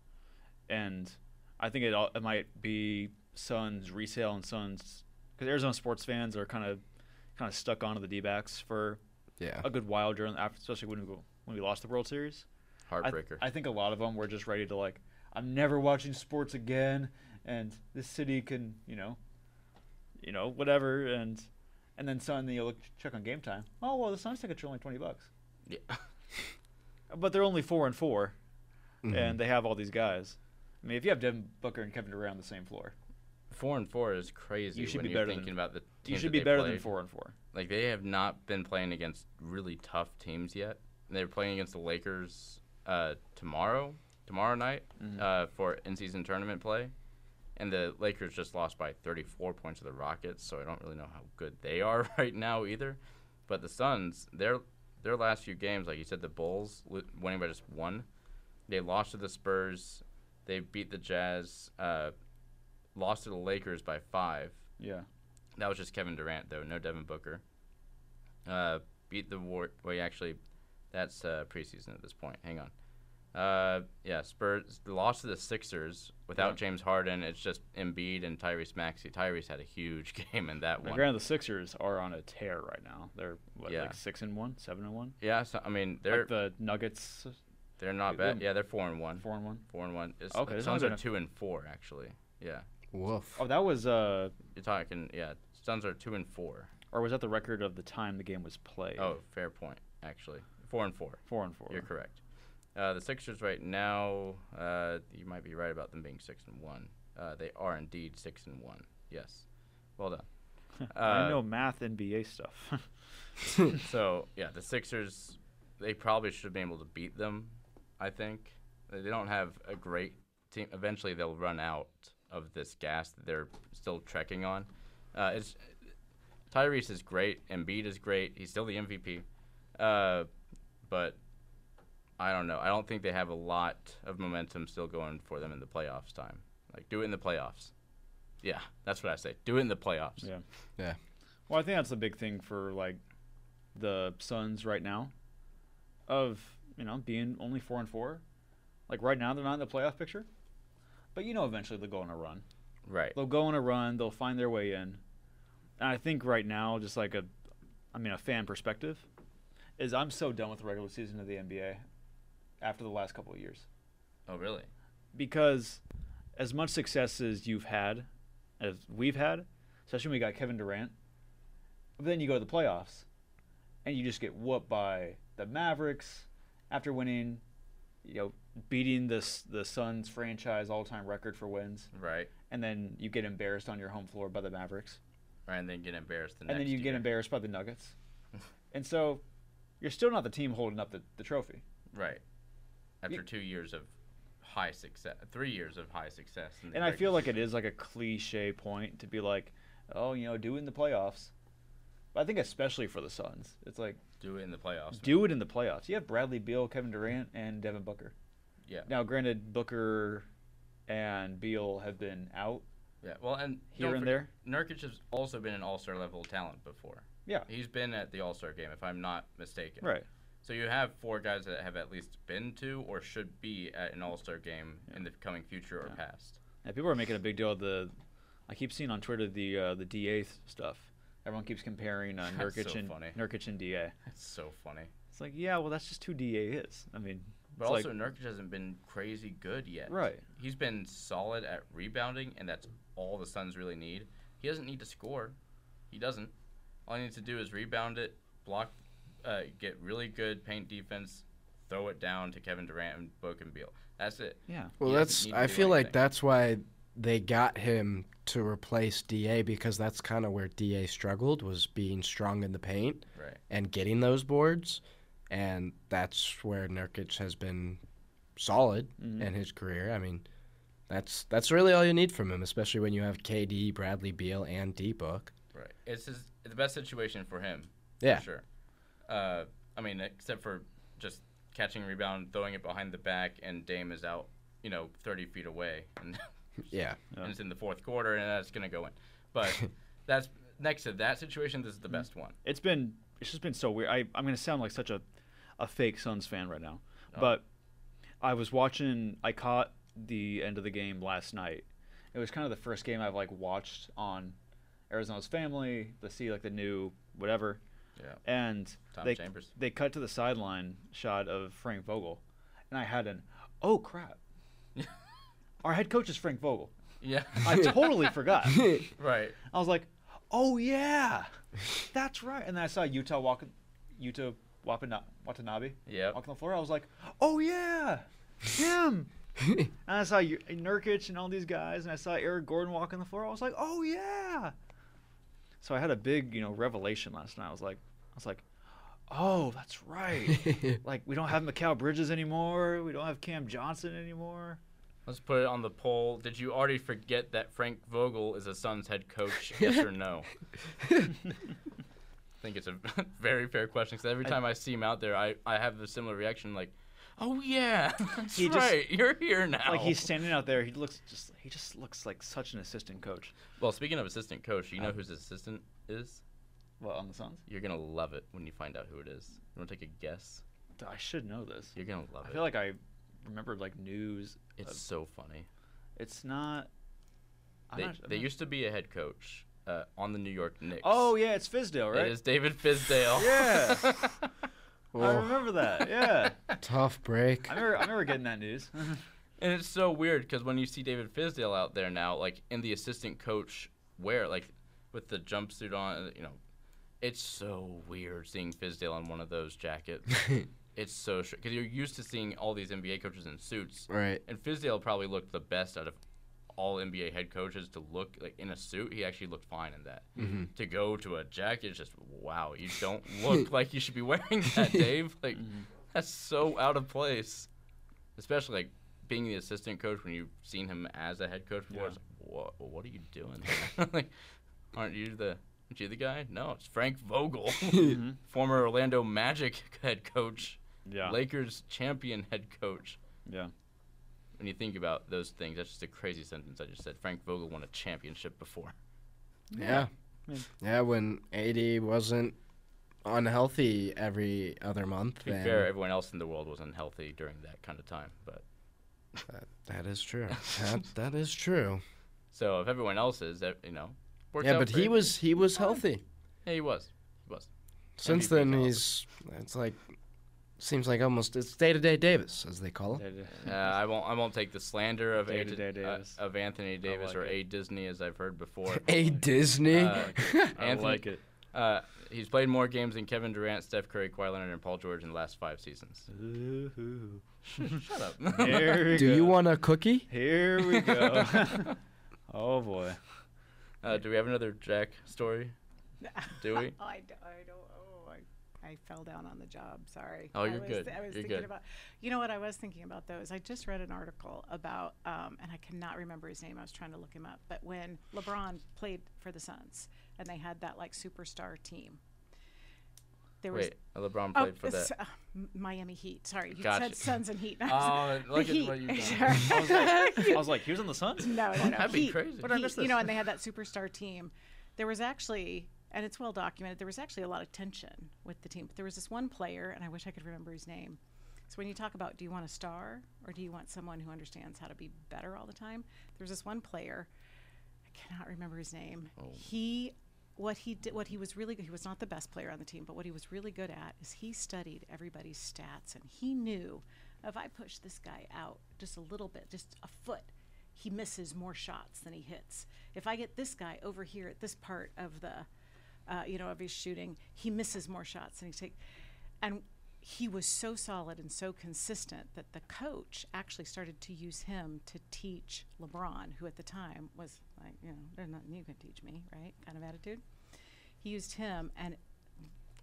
and I think it all it might be Suns resale and Suns because Arizona sports fans are kind of kind of stuck onto the D-backs for Yeah. a good while during after, especially when we go- when we lost the World Series. I- Heartbreaker. I, think a lot of them were just ready to like, I'm never watching sports again, and this city can you know, you know whatever, and and then suddenly you look check on game time. Oh well, the Suns tickets are only twenty bucks. Yeah. *laughs* but they're only four and 4 Mhm. and they have all these guys. I mean, if you have Devin Booker and Kevin Durant on the same floor, Four and four is crazy. You should when be you're better than- thinking about the you teams should that be they better than played. four and four. Like they have not been playing against really tough teams yet. They're playing against the Lakers uh, tomorrow, tomorrow night uh, for in-season tournament play, and the Lakers just lost by 34 points to the Rockets. So I don't really know how good they are *laughs* right now either. But the Suns, their their last few games, like you said, the Bulls lo- winning by just one. They lost to the Spurs. They beat the Jazz. Uh, lost to the Lakers by five. Yeah. That was just Kevin Durant though, no Devin Booker. Uh, beat the War. Well, yeah, actually, that's uh, preseason at this point. Hang on. Uh, yeah, Spurs lost to the Sixers without Yeah. James Harden. It's just Embiid and Tyrese Maxey. Tyrese had a huge *laughs* game in that Now, one. granted, the Sixers are on a tear right now. They're what, Yeah. like six and one, seven and one. Yeah, so, I mean they're like the Nuggets. they're not they're- bad. Yeah, they're four and one. Four and one. Four and one. It's, Okay, okay, it's not Suns are bad. two and four actually. Yeah, Woof. Oh, that was uh, you're talking. Yeah, Suns are two and four. or was that the record of the time the game was played? Oh, fair point. Actually, four and four. Four and four. You're correct. Uh, the Sixers right now, uh, you might be right about them being six and one. Uh, they are indeed six and one. Yes, well done. I Uh, know math NBA stuff. *laughs* *laughs* so yeah, the Sixers, they probably should have been able to beat them. I think they they don't have a great team. Eventually, they'll run out of this gas that they're still trekking on. Uh, it's Tyrese is great. Embiid is great. He's still the MVP. Uh, but I don't know. I don't think they have a lot of momentum still going for them in the playoffs time. Like do it in the playoffs. Yeah, that's what I say. Do it in the playoffs. Yeah. Yeah. Well, I think that's the big thing for like the Suns right now, of you know being only four and four. Like right now, they're not in the playoff picture, but you know eventually they'll go on a run. Right. They'll go on a run. They'll find their way in. And I think right now, just like a, I mean, a fan perspective, is I'm so done with the regular season of the NBA after the last couple of years Oh really? because as much success as you've had, as we've had, especially when we got Kevin Durant, but then you go to the playoffs and you just get whooped by the Mavericks after winning, you know, beating this the Suns franchise all time record for wins. Right. And then you get embarrassed on your home floor by the Mavericks. Right, and then get embarrassed the and then next you year. get embarrassed by the Nuggets. *laughs* and so you're still not the team holding up the, the trophy. Right. After You- two years of high success, three years of high success. in the And I Great- feel like it is like a cliche point to be like, oh, you know, do it in the playoffs. But I think especially for the Suns, it's like do it in the playoffs. do it in the playoffs. You have Bradley Beal, Kevin Durant, and Devin Booker. Yeah. Now, granted, Booker and Beal have been out. Yeah. Well, and Here don't and forget, Nurkic has also been an All Star level talent before. Yeah. He's been at the All Star game, if I'm not mistaken. Right. So you have four guys that have at least been to or should be at an All Star game in the coming future or past. Yeah, people are making a big deal of the. I keep seeing on Twitter the uh, the Da th- stuff. Everyone keeps comparing uh, That's Nurkic so and funny. Nurkic and Da. That's so funny. It's like, yeah, well, that's just who Da is. I mean, But it's like- also, Nurkic hasn't been crazy good yet. Right. He's been solid at rebounding, and that's all the Suns really need. He doesn't need to score. He doesn't. All he needs to do is rebound it, block, uh, get really good paint defense, throw it down to Kevin Durant and Book and Beal. That's it. Yeah. Well, He doesn't that's. need to I do feel anything. like that's why they got him to replace Da because that's kind of where Da struggled was being strong in the paint Right. and getting those boards, and that's where Nurkic has been solid Mm-hmm. in his career. I mean, that's that's really all you need from him, especially when you have KD, Bradley Beal, and D Book. Right. It's his, the best situation for him. Yeah. For sure. Uh, I mean, except for just catching a rebound, throwing it behind the back, and Dame is out, you know, 30 feet away. And *laughs* Yeah. and it's in the fourth quarter, and that's going to go in. But *laughs* that's next to that situation, this is Hmm. the best one. It's been it's just been so weird. I I'm gonna sound like such a a fake Suns fan right now, Oh. but I was watching. I caught the end of the game last night. It was kind of the first game I've like watched on Arizona's Family. They see like the new whatever. Yeah. And Tom they Chambers. they cut to the sideline shot of Frank Vogel, and I had an *laughs* oh crap. Our head coach is Frank Vogel. Yeah. *laughs* I totally forgot. Right. I was like, oh yeah, that's right. And then I saw Utah walking, Utah Wapana- Watanabe. Yeah. Walking the floor. I was like, oh yeah, him. and I saw Yu- Nurkic and all these guys, and I saw Eric Gordon walking the floor. I was like, oh yeah. So I had a big, you know, revelation last night. I was like, I was like, oh, that's right. like we don't have Mikal Bridges anymore. We don't have Cam Johnson anymore. Let's put it on the poll. Did you already forget that Frank Vogel is a Suns head *laughs* coach? yes or no? I think it's a *laughs* very fair question because every I- time I see him out there, I, I have a similar reaction like, oh yeah, *laughs* that's He just- right, you're here now. Like he's standing out there. He looks just. He just looks like such an assistant coach. Well, speaking of assistant coach, Uh. you know whose assistant is? Well, on the Suns, You're gonna love it when you find out who it is. You want to take a guess? I should know this. You're gonna love I it. feel like I remembered like news. it's of- so funny. it's not. I'm They, not- I'm they not- used to be a head coach uh, on the New York Knicks. Oh yeah, it's Fizdale, right? It is David *laughs* Fizdale. *laughs* Yeah, I Oh. remember that. Yeah, Tough break. *laughs* I remember. I remember getting that news. And it's so weird because when you see David Fizdale out there now, like in the assistant coach wear, like with the jumpsuit on, uh, you know, it's so weird seeing Fizdale on one of those jackets. it's so because you're used to seeing all these NBA coaches in suits, Right. And Fizdale probably looked the best out of all NBA head coaches to look like in a suit. He actually looked fine in that. Mm-hmm. To go to a jacket, it's just wow, you don't *laughs* look like you should be wearing that, Dave. Like Mm-hmm. that's so out of place. Especially like being the assistant coach when you've seen him as a head coach before. Yeah. It's like, what, what are you doing? here?" *laughs* like, aren't you the aren't you the guy? No, it's Frank *laughs* Vogel, *laughs* former Orlando Magic head coach, Mm-hmm. Yeah. Lakers champion head coach Yeah. when you think about those things, that's just a crazy sentence I just said. Frank Vogel won a championship before. *laughs* Yeah. Yeah. Yeah, when AD wasn't unhealthy every other month. To be then fair, everyone else in the world was unhealthy during that kind of time. But that- that is true. that, that *laughs* is true. so if everyone else is, that, you know, works yeah, out but great. he was he was healthy. Yeah, he was. He was. Since MVP then, caliber. he's it's like seems like almost it's day to day Davis as they call it. *laughs* Uh, I won't. I won't take the slander of Day to A- day uh, Davis. of Anthony Davis like or it. A Disney, as I've heard *laughs* before. A Disney. Uh, Anthony, it. *laughs* Uh, he's played more games than Kevin Durant, Steph Curry, Kawhi Leonard, and Paul George in the last five seasons. Shut *laughs* up. Here we *laughs* Do go. you want a cookie? Here we *laughs* go. *laughs* oh boy. Uh, do we have another Jack *laughs* story? Do we? I, d- I don't. Oh, I, I fell down on the job. Sorry. Oh, you're I was, good. I You're was thinking good. about. You know what I was thinking about though is I just read an article about, um, and I cannot remember his name. I was trying to look him up, but when LeBron played for the Suns and they had that like superstar team, there was. Wait, LeBron played for that. s- uh, M- Miami Heat. Sorry, you Gotcha. said Suns and Heat. Oh, *laughs* The look at Heat. what you've done. Sorry. I was like, I was like, he was on the Suns. No, no, no. That'd be Heat. crazy. What did I Heat, miss You know, this? and they had that superstar team. There was actually, and it's well documented, there was actually a lot of tension with the team. But there was this one player, and I wish I could remember his name. So when you talk about do you want a star or do you want someone who understands how to be better all the time? There was this one player, I cannot remember his name. Oh. He what he did what he was really good he was not the best player on the team, but what he was really good at is he studied everybody's stats and he knew if I push this guy out just a little bit, just a foot, he misses more shots than he hits. If I get this guy over here at this part of the, uh, you know, of his shooting, he misses more shots than he takes. And he was so solid and so consistent that the coach actually started to use him to teach LeBron, who at the time was like, you know, there's nothing you can teach me, right? Kind of attitude. He used him, and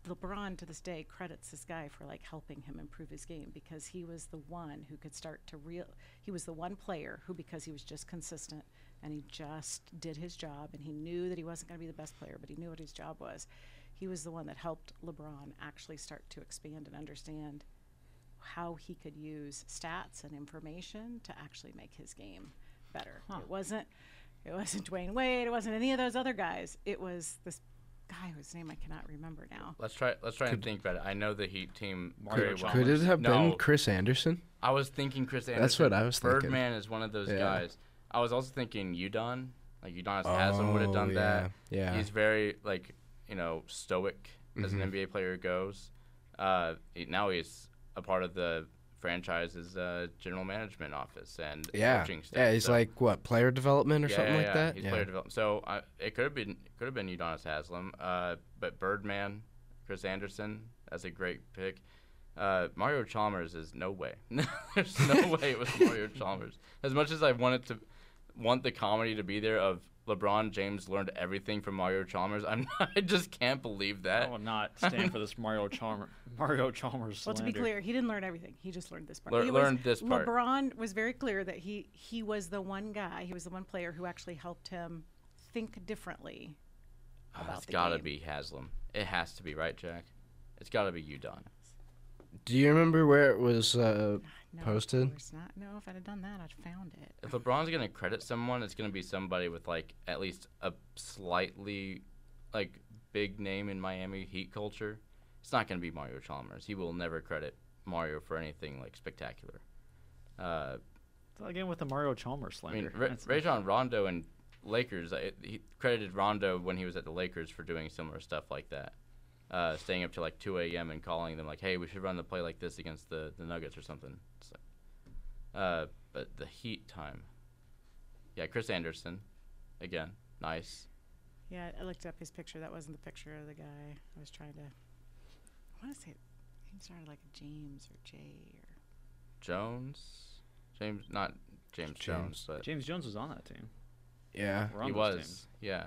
LeBron to this day credits this guy for like helping him improve his game because he was the one who could start to real. He was the one player who, because he was just consistent and he just did his job, and he knew that he wasn't going to be the best player, but he knew what his job was. He was the one that helped LeBron actually start to expand and understand how he could use stats and information to actually make his game better. It wasn't it wasn't Dwayne Wade, it wasn't any of those other guys. It was this guy whose name I cannot remember now. Let's try. Let's try and think about it. I know the Heat team very well. Could it have no, been Chris Anderson? I was thinking Chris Anderson. That's what I was thinking. Birdman is one of those Yeah. guys. I was also thinking Udon Like Udonis Haslam would have Oh, done that. yeah, yeah. He's very like you know stoic as an Mhm. NBA player goes. Uh, he- now he's a part of the franchise's uh, general management office and Yeah, coaching staff. yeah. He's so- like what player development or yeah, something yeah, like yeah. that. He's yeah. player development. So uh, it could have been could have been Udonis Haslam, uh, but Birdman, Chris Anderson, that's a great pick. Uh, Mario Chalmers is no way. *laughs* There's no *laughs* way it was Mario Chalmers. As much as I wanted to want the comedy to be there of LeBron James learned everything from Mario Chalmers, I'm *laughs* not, I just can't believe that. I will not stand for this Mario Chalmers. Mario Chalmers. Well, to be slander. clear, he didn't learn everything. He just learned this part. Lear- He was- learned this part. LeBron was very clear that he he was the one guy. He was the one player who actually helped him think differently. Oh, about it's the gotta game. be Haslam. It has to be right, Jack. It's gotta be Udon. Do you remember where it was uh, No, posted? Of course not. No, if I'd have done that, I'd found it. If LeBron's gonna credit someone, it's gonna be somebody with like at least a slightly like big name in Miami Heat culture. It's not gonna be Mario Chalmers. He will never credit Mario for anything like spectacular. Uh, Again with the Mario Chalmers I mean, slander. Ra- That's- Rajon Rondo and Lakers. I, he credited Rondo when he was at the Lakers for doing similar stuff like that, uh, staying up to like 2 a.m. and calling them like, "Hey, we should run the play like this against the, the Nuggets or something." It's like, uh, but the Heat time. Yeah, Chris Anderson, again, nice. Yeah, I looked up his picture. That wasn't the picture of the guy. I was trying to. I want to say he started like a James or Jay or Jones, James, not James, Jones, but James Jones was on that team. Yeah. Or on he those was. teams. Yeah,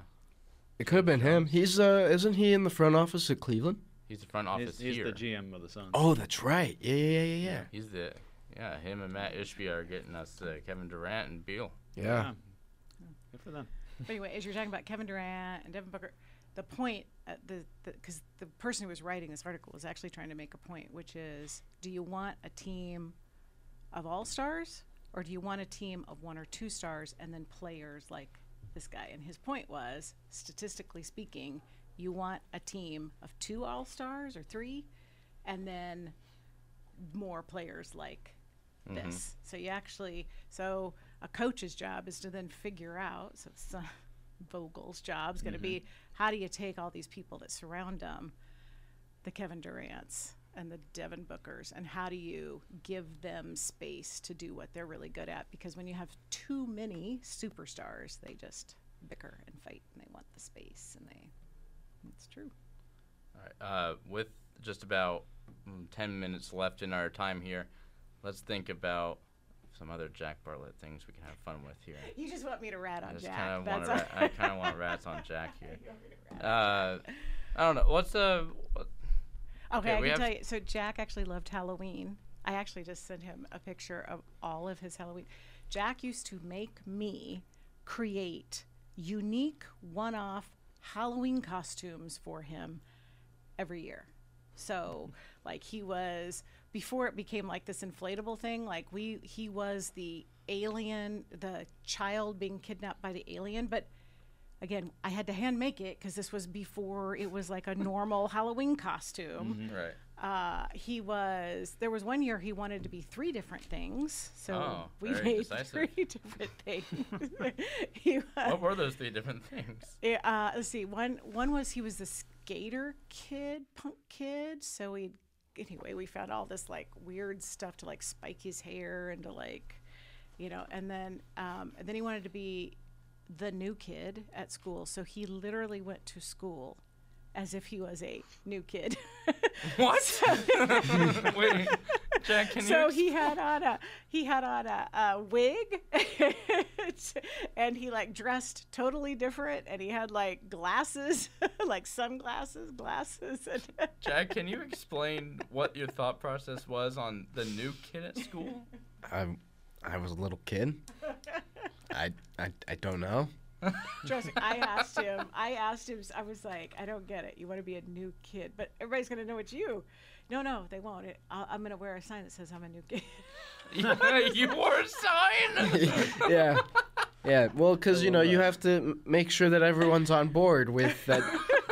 It could have been him. He's uh, isn't he in the front office at Cleveland? he's the front office He's, he's here. the GM of the Suns. Oh, that's right. Yeah, yeah, yeah, yeah. He's the yeah. Him and Matt Ishbia are getting us uh, Kevin Durant and Beal. Yeah. Good for them. But anyway, as you're talking about Kevin Durant and Devin Booker, the point, uh, the because the, person who was writing this article was actually trying to make a point, which is, do you want a team of all stars, or do you want a team of one or two stars and then players like this guy? And his point was, statistically speaking, you want a team of two all stars or three, and then more players like Mhm. Mm-hmm. this. So you actually, so a coach's job is to then figure out. So it's, uh, *laughs* Vogel's job is going to Mhm. be Mm-hmm. how do you take all these people that surround them, the Kevin Durant's and the Devin Bookers, and how do you give them space to do what they're really good at? Because when you have too many superstars, they just bicker and fight, and they want the space, and they. It's true. All right. Uh, with just about mm, 10 minutes left in our time here, let's think about some other Jack Bartlett things we can have fun with *laughs* here. You just want me to rat I on just Jack. kinda That's wanna all. rat- *laughs* I kind of want rats on Jack here. Uh, I don't know. What's the. What, Okay, I we can have- tell you. So Jack actually loved Halloween. I actually just sent him a picture of all of his Halloween. Jack used to make me create unique one-off Halloween costumes for him every year. So, like he was before it became like this inflatable thing, like we he was the alien, the child being kidnapped by the alien, but again, I had to hand make it cuz this was before it was like a normal *laughs* Halloween costume Right. uh, he was there was one year he wanted to be three different things so Oh, we very made decisive. three *laughs* different things he *laughs* what was, were those three different *laughs* things? eh, uh, let's see one one was he was the skater kid punk kid so we anyway we found all this like weird stuff to like spike his hair and to like you know and then um, and then he wanted to be the new kid at school so he literally went to school as if he was a new kid *laughs* What? *laughs* Wait, Jack, can so you. *laughs* he had on a he had on a, a wig *laughs* and he like dressed totally different and he had like glasses *laughs* like sunglasses glasses and Jack, can you explain what your thought process was on the new kid at *laughs* school? *laughs* I, I was a little kid. I, I, I don't know. trust me i asked *laughs* him i asked him i was like i don't get it you want to be a new kid but everybody's going to know it's you no no they won't it, I, i'm going to wear a sign that says i'm a new kid you were a sign! *laughs* yeah. *laughs* Yeah. Well, because you know you have to m- make sure that everyone's on board with that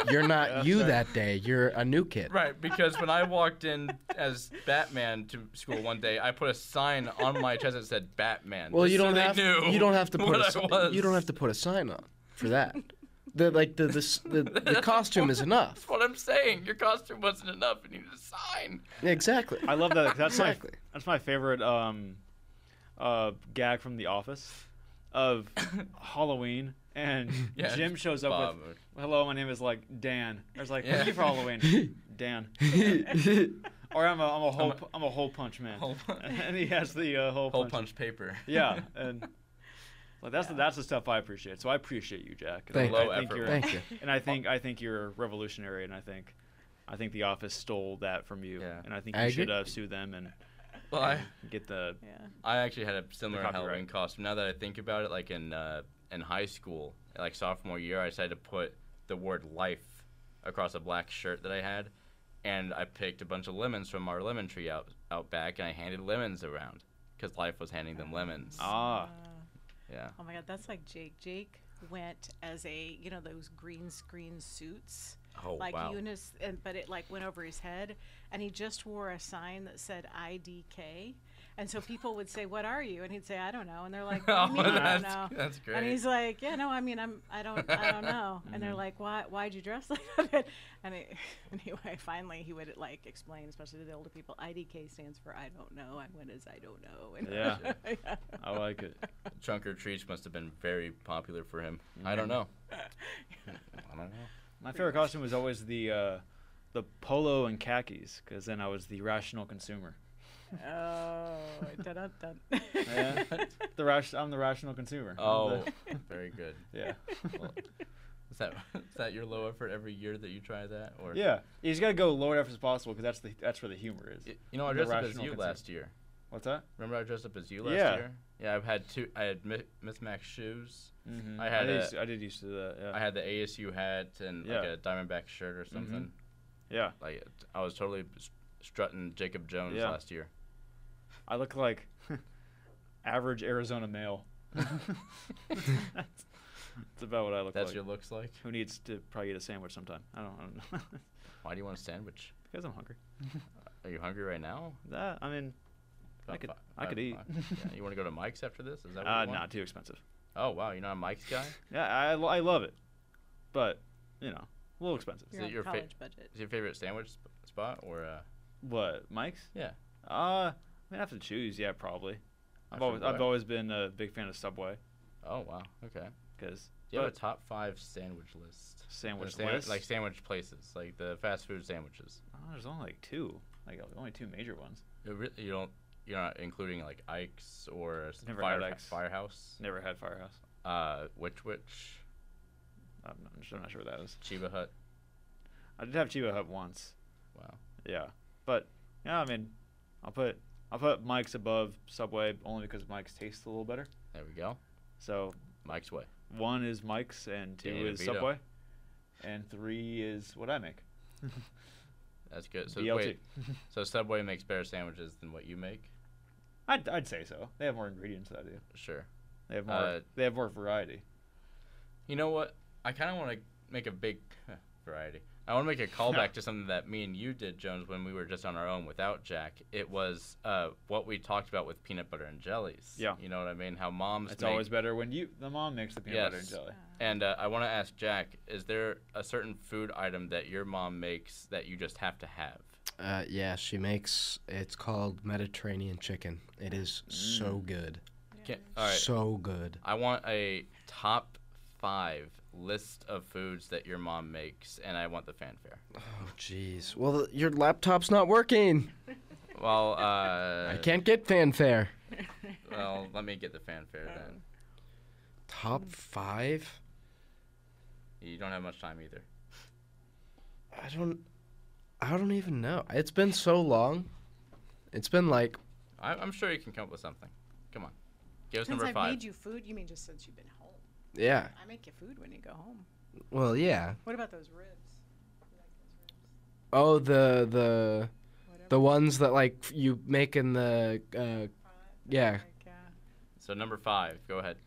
You're not you that day. You're a new kid. Right, because when I walked in as Batman to school one day, I put a sign on my chest that said Batman. Well, just you so don't they have knew you don't have to put what a, I si- was. you don't have to put a sign on for that. The like the the s- *laughs* the, the costume is enough. That's what I'm saying. Your costume wasn't enough. You needed a sign. *laughs* Exactly. I love that. 'cause That's Exactly. my that's my favorite um, uh, gag from The Office *laughs* of Halloween. And Yeah, Jim shows up Bob. with, "Hello, my name is like Dan." I was like, Yeah. "Thank you *laughs* for Halloween, Dan." or I'm a I'm a hole I'm a, I'm a hole punch man. Hole punch. *laughs* and he has the uh, hole, Hole punch. punch paper. *laughs* Yeah, and well, that's the, that's the stuff I appreciate. So I appreciate you, Jack. And Thank I, you. I think Low you're, effort. Thank And I think I think you're revolutionary, and I think I think The Office stole that from you. Yeah. And I think you I should agree. uh, sue them and Well, I, get the I actually had a similar The copyright. Halloween costume. Now that I think about it, like in uh, in high school, like sophomore year, I decided to put the word life across a black shirt that I had, and I picked a bunch of lemons from our lemon tree out out back, and I handed lemons around because life was handing them lemons. ah. Yeah. Oh my god, that's like Jake. Jake went as a you know those green screen suits. Oh, like wow. Eunice, and, but it like went over his head, and he just wore a sign that said IDK, and so people would say, "What are you?" and he'd say, "I don't know," and they're like, what do you *laughs* Oh, mean, "I don't know." that's- that's And great. Mm-hmm. he's like, "Yeah, no, I mean, I'm, I don't, *laughs* I don't know," and they're like, "Why, why'd you dress like *laughs* that?" And it, *laughs* anyway, finally he would like explain, especially to the older people, IDK stands for I don't know. I went as I don't know. And Yeah. *laughs* yeah. I like it. Trunk or treats must have been very popular for him. I don't *laughs* know. I don't know. My favorite costume was always the uh, the polo and khakis, because then I was the rational consumer. Oh, dun dun dun. *laughs* Yeah. the ration, I'm the rational consumer. I'm Oh, the- *laughs* very good. yeah, Well, is that *laughs* is that your low effort every year that you try that? Or yeah. You just gotta go lower effort as possible, because that's the that's where the humor is. Y- You know, I The dressed up as rational you consumer. last year. What's that? Remember, I dressed up as you last Yeah. year. Yeah, I've had two. I had Mi- Miss Max shoes. Mhm. I had did a- used to- I did used to do that. Yeah. I had the ASU hat and like Yeah. Mm-hmm. a Diamondback shirt or something. yeah. Like it- I was totally s- strutting Jacob Jones Yeah. last year. I *laughs* look like average Arizona male. that's, that's about what I look That's like. your looks like. Who needs to probably eat a sandwich sometime? I don't, I don't know. *laughs* Why do you want a sandwich? because I'm hungry. Are you hungry right now? That, I mean, I About could, fi- I could five eat. o'clock? yeah, you want to go to Mike's after this? Is that what Uh, you nah, want? too expensive. Oh wow, you're not a Mike's guy. Yeah, I, lo- I love it, but you know, a little expensive. You're it on your fa- college budget. Is your favorite sandwich sp- spot or uh, What, Mike's? yeah? Uh, I mean, I have to choose. Yeah, probably. I've After always, I've what? always been a big fan of Subway Oh wow, okay. because Do you have a top five sandwich list? Or sandwich sandwich- list. Like sandwich places, like the fast food sandwiches. Oh, there's only like two, like only two major ones. It re- you don't. You're not including like Ike's or s- Never Fire, had Ike's. Firehouse. Never had Firehouse. Uh, Witch Witch, I'm not, I'm just, I'm not sure what that is. Chiba Hut. I did have Chiba Hut once. Wow. Yeah, but yeah, I mean, I'll put I'll put Mike's above Subway only because Mike's tastes a little better. There we go. So Mike's way. one is Mike's and two Danny is DeVito. Subway, and three is what I make. That's good. So BLT. *laughs* wait. so Subway makes better sandwiches than what you make. I'd, I'd say so. They have more ingredients than I do. Sure. They have more. Uh, they have more variety. You know what? I kind of want to make a big variety. I want to make a callback *laughs* to something that me and you did, Jones, when we were just on our own without Jack. It was uh, what we talked about with peanut butter and jellies. Yeah. You know what I mean? How moms. It's make- always better when you the mom makes the peanut butter and Yes. jelly. And uh, I want to ask Jack: Is there a certain food item that your mom makes that you just have to have? Uh, yeah, she makes it's called Mediterranean chicken. It is so good, Can, all right. so good. I want a top five list of foods that your mom makes, and I want the fanfare. Oh jeez. Well, th- your laptop's not working. *laughs* Well, I uh, can't get fanfare. well, let me get the fanfare Um. then. Top five? You don't have much time either. I don't. I don't even know. It's been so long. It's been like I, I'm sure you can come up with something. Come on, give us Since number I've five. made you food, you mean just since you've been home? yeah. I make you food when you go home. Well, yeah. What about those ribs? Oh, the the the ones that like f- you make in the uh, yeah. Like, uh, So number five, go ahead.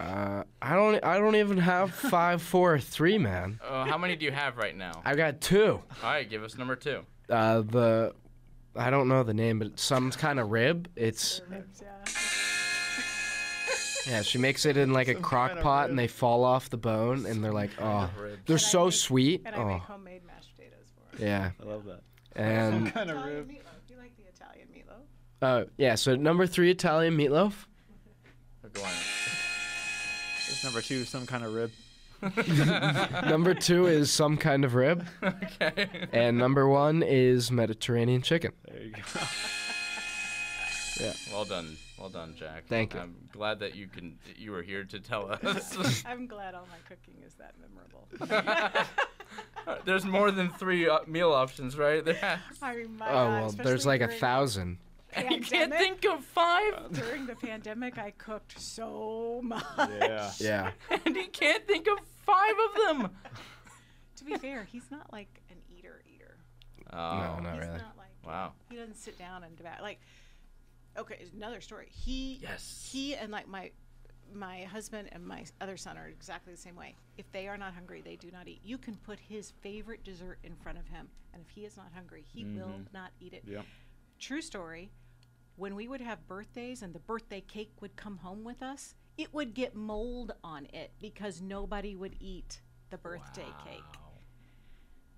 Uh, I don't. I don't *laughs* even have five, four, three, man. Uh, how many do you have right now? I've got two. All right, give us number two. Uh, the, I don't know the name, but it's some kind of rib. It's. Yeah, she makes it in like a crock kind of pot, and they fall off the bone, and they're like, oh, rib. they're And I so make- sweet. and I make oh, homemade mashed potatoes for her. yeah. I love that. And Some kind of Italian rib. meatloaf. You like the Italian meatloaf? uh, yeah. So number three, Italian meatloaf. Go on. *laughs* It's number two, some kind *laughs* of rib. *laughs* number two is some kind of rib. Okay. And number one is Mediterranean chicken. There you go. Yeah. Well done, well done, Jack. Thank you. I'm glad that you can that you were here to tell *laughs* us. *laughs* I'm glad all my cooking is that memorable. There's more than three uh, meal options, right? *laughs* There. *laughs* I mean, my oh God, well, there's especially like a during- thousand. I can't think of five. *laughs* During the pandemic, I cooked so much. Yeah. Oh. and he can't think of five of them. To be fair, he's not like an eater eater. Oh. No, not He's really. not like Wow. he doesn't sit down and devour. Like, okay, it's another story. He Yes. he and like my my husband and my other son are exactly the same way. If they are not hungry, they do not eat. You can put his favorite dessert in front of him, and if he is not hungry, he Mm-hmm. will Mhm. not eat it. Yep. True story. When we would have birthdays and the birthday cake would come home with us, it would get mold on it because nobody would eat the birthday cake. Oh.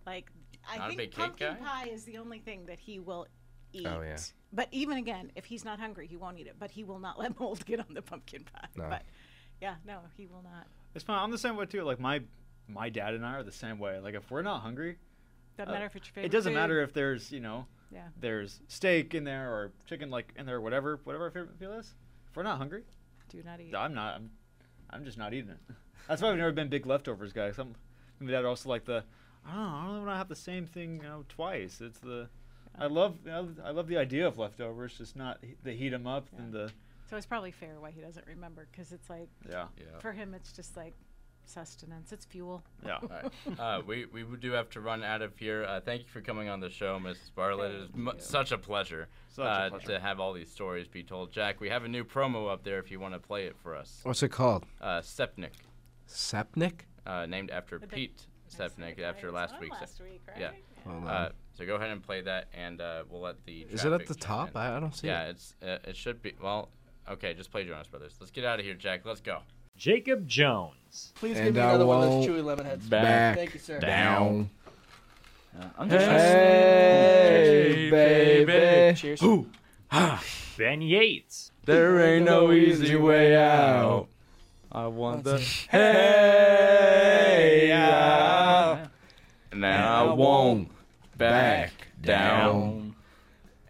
Like I Not a think big cake pumpkin guy? pie is the only thing that he will eat. Oh, yeah. But even again, if he's not hungry, he won't eat it. But he will not *laughs* let mold get on the pumpkin pie. No. But yeah, no, he will not. It's fine. I'm the same way too. Like my my dad and I are the same way. Like if we're not hungry, Doesn't matter if it's your Uh, It favorite doesn't food. matter if there's you know Yeah. there's steak in there or chicken like in there, whatever whatever our favorite meal is. If we're not hungry, Do not eat. I'm not. I'm, I'm just not eating it. That's why I've never been big leftovers guy. 'cause I'm my dad also like the. I don't know. I don't want to have the same thing you know twice. It's the. I love I love- I love the idea of leftovers, just not he- the heat them up and the So it's probably fair why he doesn't remember because it's like Yeah. Yeah. for him it's just like sustenance. It's fuel. yeah. All right. Uh, we we do have to run out of here. Uh, thank you for coming on the show, Mrs. Bartlett. It is mu such a pleasure, Such a uh, pleasure. to have all these stories be told. Jack, we have a new promo up there if you want to play it for us. What's it called? Uh, Sepnik, Sepnik. uh, named after The big- Pete Sepnik, after last week's. Oh, last week, Yeah. right? Hold Uh, on. so go ahead and play that, and uh, we'll let the. Um, Is it at traffic the chime top? in. I- I don't see Yeah, it. it's uh, it should be. Well, okay, just play Jonas Brothers. Let's get out of here, Jack. Let's go. Jacob Jones. Please And give me I another one of won't uh, those chewy lemon heads. back Thank you, sir. down. Uh, I'm just- Hey, Hey, baby. Cheers. Ooh. ben Yates. There ain't no easy way out. I want the hey out. And I won't back down.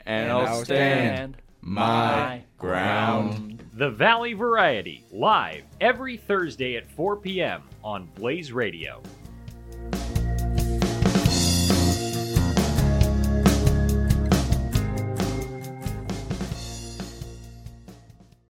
And I'll stand my ground. The Valley Variety, live every Thursday at 4 p.m. on Blaze Radio.